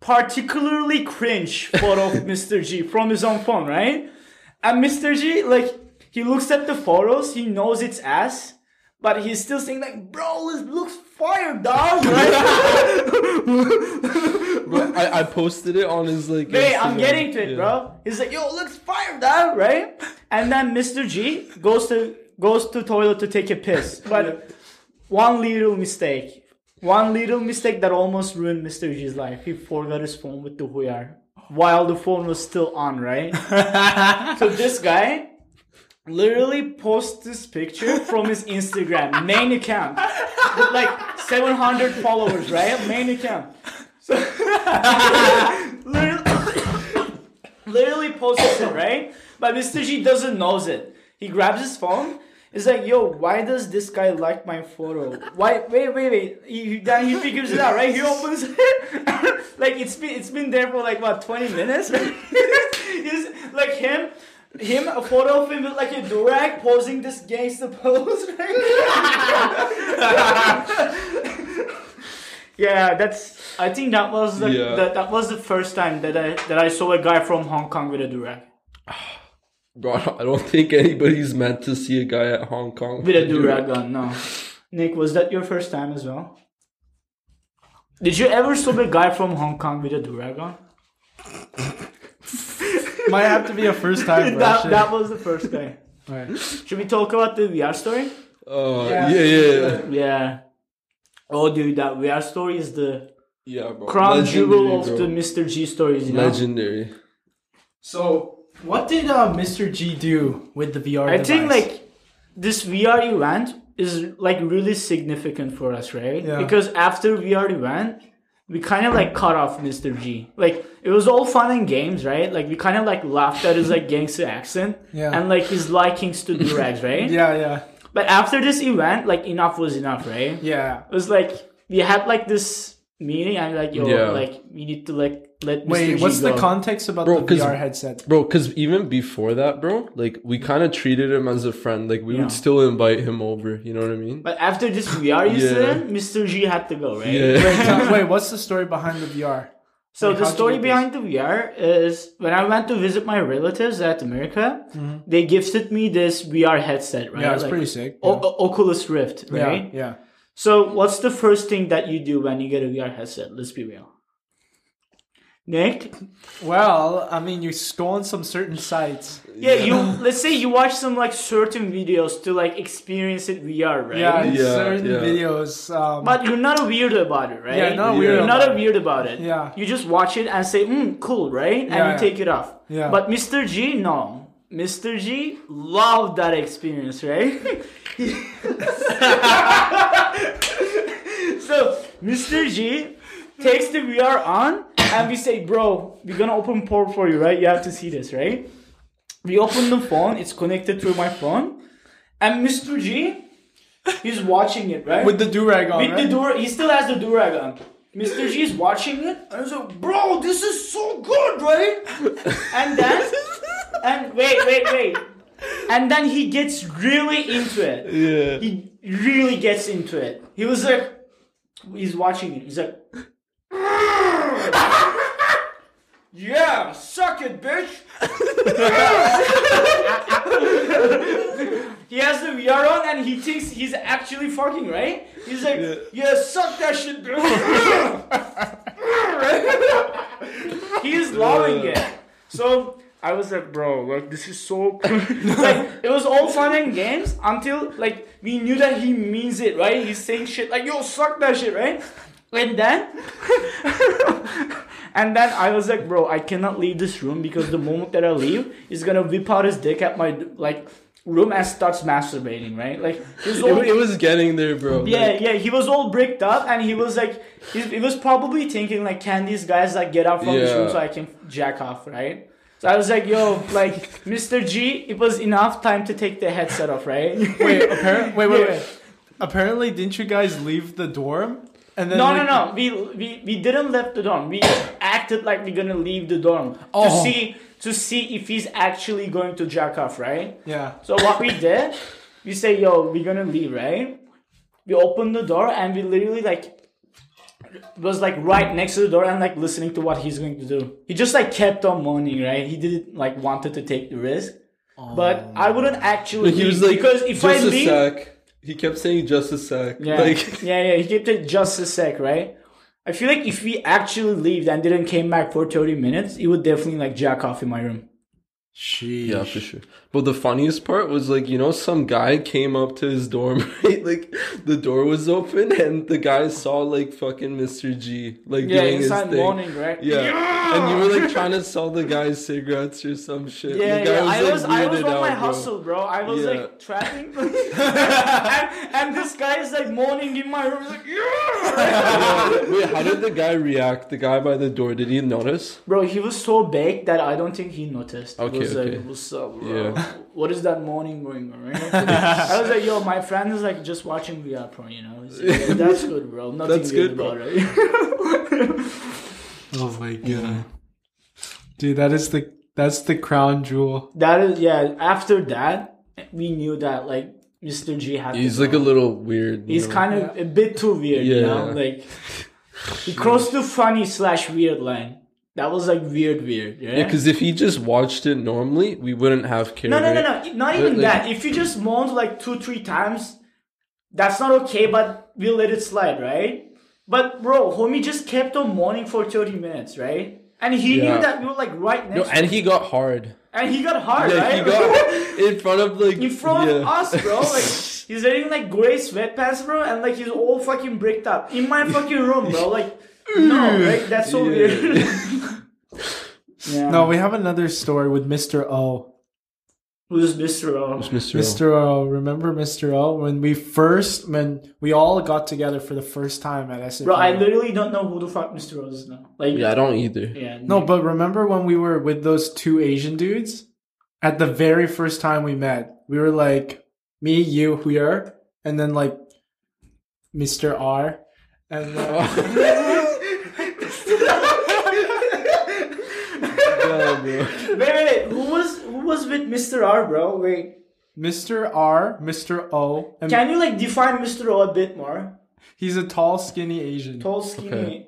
particularly cringe photo of Mr. G from his own phone, right? And Mr. G, like, he looks at the photos, he knows it's ass, but he's still saying, like, bro, this looks fire, dog, right?
Bro, I, I posted it on his like.
Hey, I'm
Instagram.
getting to it,
Yeah.
bro. He's like, yo, looks fire, dog, right? And then Mr. G goes to goes to toilet to take a piss, but one little mistake, one little mistake that almost ruined Mr. G's life. He forgot his phone with the huyar while the phone was still on, right? so this guy literally posts this picture from his Instagram main account, with like 700 followers, right? Main account. So literally, literally posts it, right? But Mr. G doesn't knows it. He grabs his phone. He's like, yo, why does this guy like my photo? Why? Wait, wait, wait. He, he- then he figures it out, right? He opens it. like it's been it's been there for like what 20 minutes. He's- like him. Him, a photo of him with like a durag posing this gangster pose, right? yeah, that's. I think that was the,
Yeah.
that, that was the first time that I that I saw a guy from Hong Kong with a durag.
Bro, I don't think anybody's meant to see a guy at Hong Kong
With a durag on, no. Nick, was that your first time as well? Did you ever saw a guy from Hong Kong with a durag on?
Might have to be a first time. Bro.
that,
Shit.
that was the first guy.
Alright.
Should we talk about the VR story?
Uh,
Yeah.
yeah, yeah, yeah,
Yeah. Oh, dude, that VR story is the
yeah, bro.
crown jewel of the
Legendary, bro.
Mr. G stories, you know?
legendary.
So, what did uh, Mr. G do with the VR?
I think
device?
like this VR event is like really significant for us, right?
Yeah.
Because after VR event, we kind of like cut off Mr. G. Like it was all fun and games, right? Like we kind of like laughed at his like gangster accent
Yeah.
and like his likings to durags, right?
Yeah, yeah,
But after this event, like enough was enough, right?
yeah.
It was like we had like this meeting. I'm like, yo,
Yeah.
like we need to like let Mr.
Wait,
G
what's the
go.
context about
Bro,
the
'cause-
VR headset?
Bro, because even before that, bro, like we kind of treated him as a friend. Like we
Yeah.
would still invite him over. You know what I mean?
But after this VR incident, Mr. G had to go, right?
Yeah.
Wait, tell- wait, what's the story behind the VR?
So
Like,
the
how'd you
story
get
behind the VR is when I went to visit my relatives at America, they gifted me this VR headset, right?
Mm-hmm. Yeah, it's
Like, oh,
pretty sick.
O- O- Oculus Rift,
yeah.
right?
yeah,
So what's the first thing that you do when you get a VR headset? Let's be real. Nick,
yeah. Well, I mean, you go on some certain sites.
yeah, you let's say you watch some like certain videos to like experience it VR, right?
Yeah,
Yeah,
certain
yeah.
videos. Um,
But you're not a weirdo about it, right?
yeah, not
Yeah.
weird.
You're not a weird about it.
Yeah.
You just watch it and say, hmm, cool, right? And
Yeah,
you
yeah.
take it off.
Yeah.
But Mr. G, no. Mr. G loved that experience, right? so Mr. G takes the VR on and we say, bro, we're gonna open port for you, right? You have to see this, right? We open the phone, it's connected through my phone, and Mr. G, he's watching it, right?
with the do rag on,
With
right?
the door, he still has the durag on. Mr. G is watching it and he's like, "Bro, this is so good, right?" and then, and wait, wait, wait, and then he gets really into it.
Yeah.
He really gets into it. He was like, he's watching it. He's like, "Yeah, suck it, bitch." He has the VR on and he thinks he's actually fucking, right? He's like, yeah, suck that shit, bro. he's loving it. So I was like, bro, like this is so like it was all fun and games until like we knew that he means it, right? He's saying shit like, yo, suck that shit, right? And then and then I was like, bro, I cannot leave this room because the moment that I leave, he's gonna whip out his dick at my like room and starts masturbating, right? Like he's all,
It, it was getting there, bro.
yeah,
Like,
yeah, he was all bricked up and he was like, he, he was probably thinking like, can these guys like get out from this room
Yeah.
so I can jack off, right? So I was like, yo, like Mr. G, it was enough time to take the headset off, right?
wait, appar- wait, wait,
Yeah.
wait. Apparently, didn't you guys leave the dorm? And then
No, no,
like-
no. We we, we didn't left the dorm. We acted like we're gonna leave the dorm to
Oh.
see to see if he's actually going to jack off, right?
Yeah,
So what we did, we say, yo, we're gonna leave, right? We open the door and we literally like was like right next to the door and like listening to what he's going to do. He just like kept on moaning, right? He didn't like wanted to take the risk. But I wouldn't actually
he was
leave
like,
because if I
just a
leave,
sec. He kept saying just a sec.
yeah,
Like,
yeah, yeah, he kept it just a sec, right? I feel like if we actually leave and didn't came back for thirty minutes, it would definitely like jack off in my room.
Sheesh.
yeah, for sure. But the funniest part was like, you know, some guy came up to his dorm, right? Like, the door was open, and the guy saw like fucking Mr. G, like
Yeah,
doing his
inside
thing.
moaning, right?
Yeah. and you were like trying to sell the guy cigarettes or some shit.
Yeah,
the guy
yeah. I was, I was
weirded
on my
out, bro.
hustle, bro. I was
Yeah.
like trapping, and, and this guy is like moaning in my room. He's like, yeah.
Wait, how did the guy react? The guy by the door, did he notice?
bro, he was so baked that I don't think he noticed. He
Okay,
was
okay.
like, what's up, bro?
Yeah.
What is that moaning going on? Right? I was like, yo, my friend is like just watching VR porn, you know. He's like, "Yeah, That's good, bro. Nothing
That's
weird
good, bro."
about it.
Oh my god. Dude, that is the that's the crown jewel.
that is, yeah. After that, we knew that like Mr. G had. to
He's
go.
like a little weird. you
He's
know?
kind of a bit too weird, you know?
Yeah.
Like, he crossed the funny slash weird line. That was like weird, weird, yeah?
Yeah, because if he just watched it normally, we wouldn't have cared.
no, no, no,
right?
no. Not even
Like-
that. If you just moaned like two, three times, that's not okay, but we'll let it slide, right? But, bro, homie just kept on moaning for 30 minutes, right? And he knew
Yeah.
that we were like right next
No,
to
and he got hard.
and he got hard,
Like
right?
he got in front of like
in front of
yeah.
us, bro. Like he's wearing like gray sweatpants, bro, and like he's all fucking bricked up in my fucking room, bro. Like no, like that's so
Yeah.
weird. yeah.
No, we have another story with Mr. O.
who's Mr. O?
Mr. Mr.
Mr. O, remember Mr. O when we first when we all got together for the first time at SFU.
Bro, I literally don't know who the fuck Mr. O is now. Like
Yeah, I
yeah,
don't either.
no, but remember when we were with those two Asian dudes at the very first time we met? We were like me, you, Huyer, and then like Mr. R, and uh,
Yeah, bro.
wait, wait, wait. Who was who was with Mr. R, bro? Wait,
Mr. R, Mr. O, and
can you like define Mr. O a bit more?
he's a tall, skinny Asian.
Tall, skinny.
Okay.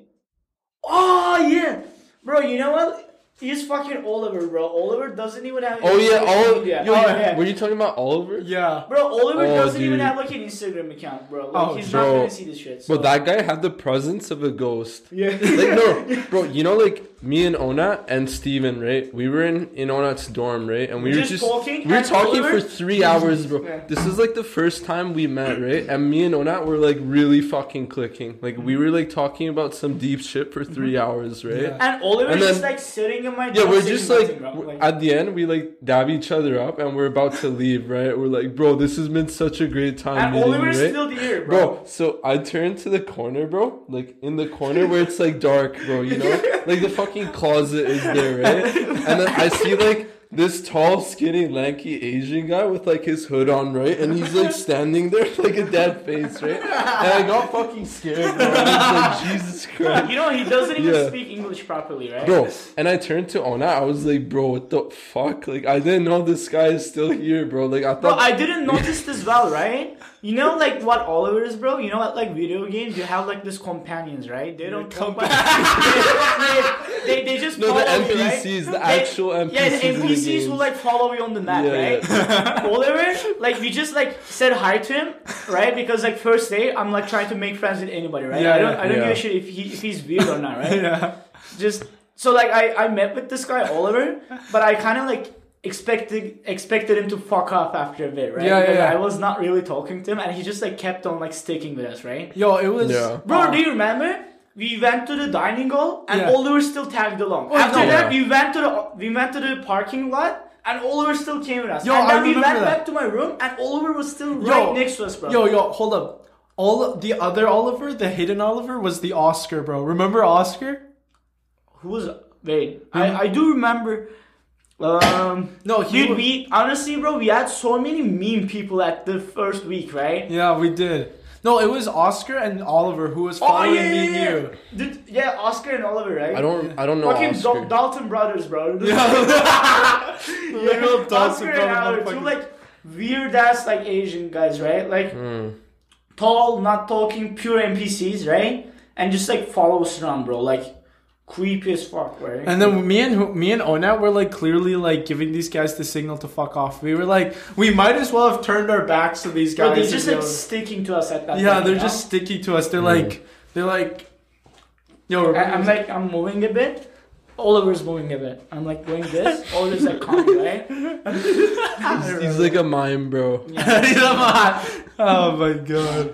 Oh yeah, bro. You know what? He's fucking Oliver, bro. Oliver doesn't even have.
Oh yeah, all
yeah.
yo,
oh,
yeah.
yeah.
Were you talking about Oliver?
Yeah,
Bro, Oliver
Oh,
doesn't even
dude.
have like an Instagram account, bro. Like
Oh,
he's not
bro.
gonna see this shit. So.
But that guy had the presence of a ghost.
yeah.
like no, bro. You know, like me and Onat and Steven, right? We were in in Onat's dorm, right? And we
We're
were
just
just,
talking
we were
and
talking
Oliver-
for three hours, bro.
Yeah.
This is like the first time we met, right? And me and Onat were like really fucking clicking. Like we were like talking about some deep shit for 3
Mm-hmm.
hours, right?
Yeah.
Yeah.
and Oliver's
And then-
just like sitting in my.
we're
desk
just
saying
like,
nothing, bro.
w- at the end we like dab each other up and we're about to leave, right? We're like, bro, this has been such a great time.
and
meeting you,
Oliver's
right?
still here, bro.
Bro, so I turned to the corner, bro. Like in the corner where it's like dark, bro, you know? Like the fucking closet is there, right? And then I see like this tall, skinny, lanky Asian guy with like his hood on, right? And he's like standing there with, like a dead face, right? And I got fucking scared, bro. And it's like, Jesus Christ.
You know he doesn't even
Yeah.
speak English properly, right?
Bro, and I turned to Ona, I was like, bro, what the fuck? Like I didn't know this guy is still here, bro. Like I thought
Bro, I didn't notice this well, right? You know, like what Oliver is, bro. You know what, like video games, you have like these companions, right? They don't come back. they, they, they just
No, the
follow you, right?
NPCs, the
They-
actual
Yeah, the
NPCs in the
NPCs will
games.
like follow you on the map,
Yeah,
right? Oliver, like we just like said hi to him, right? Because like first day, I'm like trying to make friends with anybody, right?
Yeah,
I don't,
yeah,
I don't give a
yeah.
shit if he if he's weird or not, right?
yeah.
just so like I, I met with this guy Oliver, but I kind of like expected expected him to fuck off after a bit, right?
Yeah, yeah,
Because
yeah.
I was not really talking to him, and he just like kept on like sticking with us, right?
Yo, it was.
Yeah.
Bro, do you remember? We went to the dining hall, and
Ah. Yeah.
Oliver still tagged along.
Oh,
after
no.
that,
Yeah.
we went to the we went to the parking lot. And Oliver still came with us.
Yo,
and then
I
we
remember
went
that.
back to my room, and Oliver was still right next to us, bro.
Yo, yo, hold up. All the other Oliver, the hidden Oliver, was the Oscar, bro. Remember Oscar?
Who was? Wait,
Hmm.
I, I do remember. Um,
No, he
dude,
was-
we honestly, bro, we had so many mean people at the first week, right?
Yeah, we did. No, it was Oscar and Oliver who was
Oh
following
yeah,
me
yeah, yeah.
and you.
Dude, yeah, Oscar and Oliver, right?
I don't I don't know.
Fucking
Oscar.
Dal- Dalton brothers, bro.
Little
Oscar
Dawson
and
brother,
Oliver, two
motherfucker.
like weird ass
Hmm.
like Asian guys, right? Like tall, not talking, pure NPCs, right? and just like follow us around, bro. Like creepy as fuck, right?
And then me and me and Onat were like clearly like giving these guys the signal to fuck off. We were like, we might as well have turned our backs to these guys.
Bro, they're just
and
like
go-
sticking to us at that.
yeah,
point,
they're
you know?
just sticky to us. They're like, they're like, yo,
I, I'm like, I'm moving a bit. Oliver's moving a bit. I'm like doing this. Oliver's like calm, right?
He's, he's like a mime, bro.
Come on. oh my god.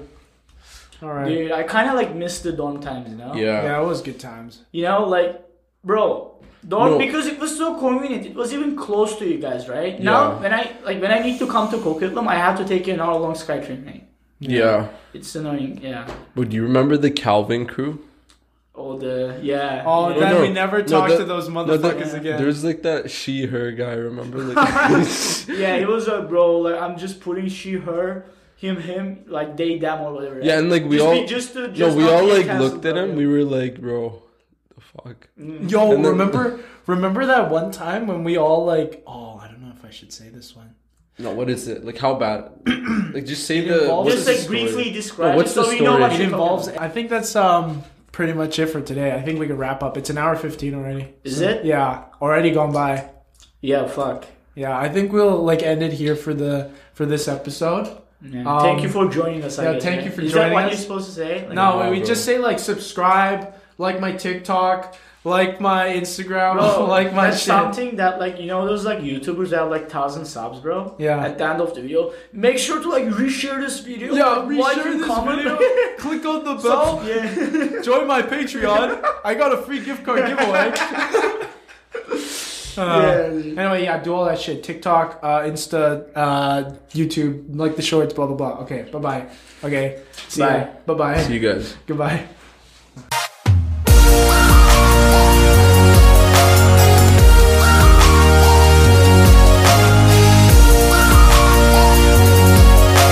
All right.
Dude, I kind of like missed the dorm times, you know.
Yeah.
Yeah, it was good times.
You know, like, bro, dorm
No.
because it was so convenient. It was even close to you guys, right? Now
Yeah.
when I like when I need to come to Coquitlam, I have to take an hour long sky train, right?
Yeah.
It's annoying. Yeah.
But do you remember the Calvin crew?
All the yeah.
Oh,
yeah.
then
no,
we never
no,
talked
the-
to those
no, the-
motherfuckers again.
There's like that she her guy, remember? Like
yeah, it was a bro. Like I'm just putting she, her, him, him, like they, them, or whatever.
Yeah, and like we
just
all
be, just to, just
No, we
not
all
be
like
cancelled,
looked at
bro.
him, we were like, bro, the fuck.
Yo,
And then-
remember remember that one time when we all like oh I don't know if I should say this one.
No, what is it? Like how bad? like just say
It
the
involves-
just
what's the
like
story?
briefly describe
No, what's
it
the
so we know
story?
what
It
you're
involves
talking
I think that's um pretty much it for today. I think we can wrap up. It's an hour fifteen already.
about. Is it?
Yeah. Already gone by.
Yeah. Fuck.
Yeah, I think we'll like end it here for the for this episode.
Yeah.
Um,
thank you for joining us. I
yeah,
guess,
thank
right?
you for
Is
joining
that what
us.
you're supposed to say? Like,
No,
Yeah,
we
bro.
just say like subscribe, like my TikTok, like my Instagram,
Bro,
like my
that's
shit.
something that like you know those like YouTubers that have like thousand subs, bro.
Yeah.
At the end of the video, make sure to like reshare this video.
Yeah,
like, like
reshare
and
this
comment.
video. Click on the bell.
yeah.
Join my Patreon. I got a free gift card giveaway. Uh, Anyway, yeah, do all that shit. TikTok, uh, Insta, uh, YouTube, like the shorts, blah blah blah. Okay, bye bye. Okay, see
Bye.
ya. Bye bye.
See you guys.
Goodbye.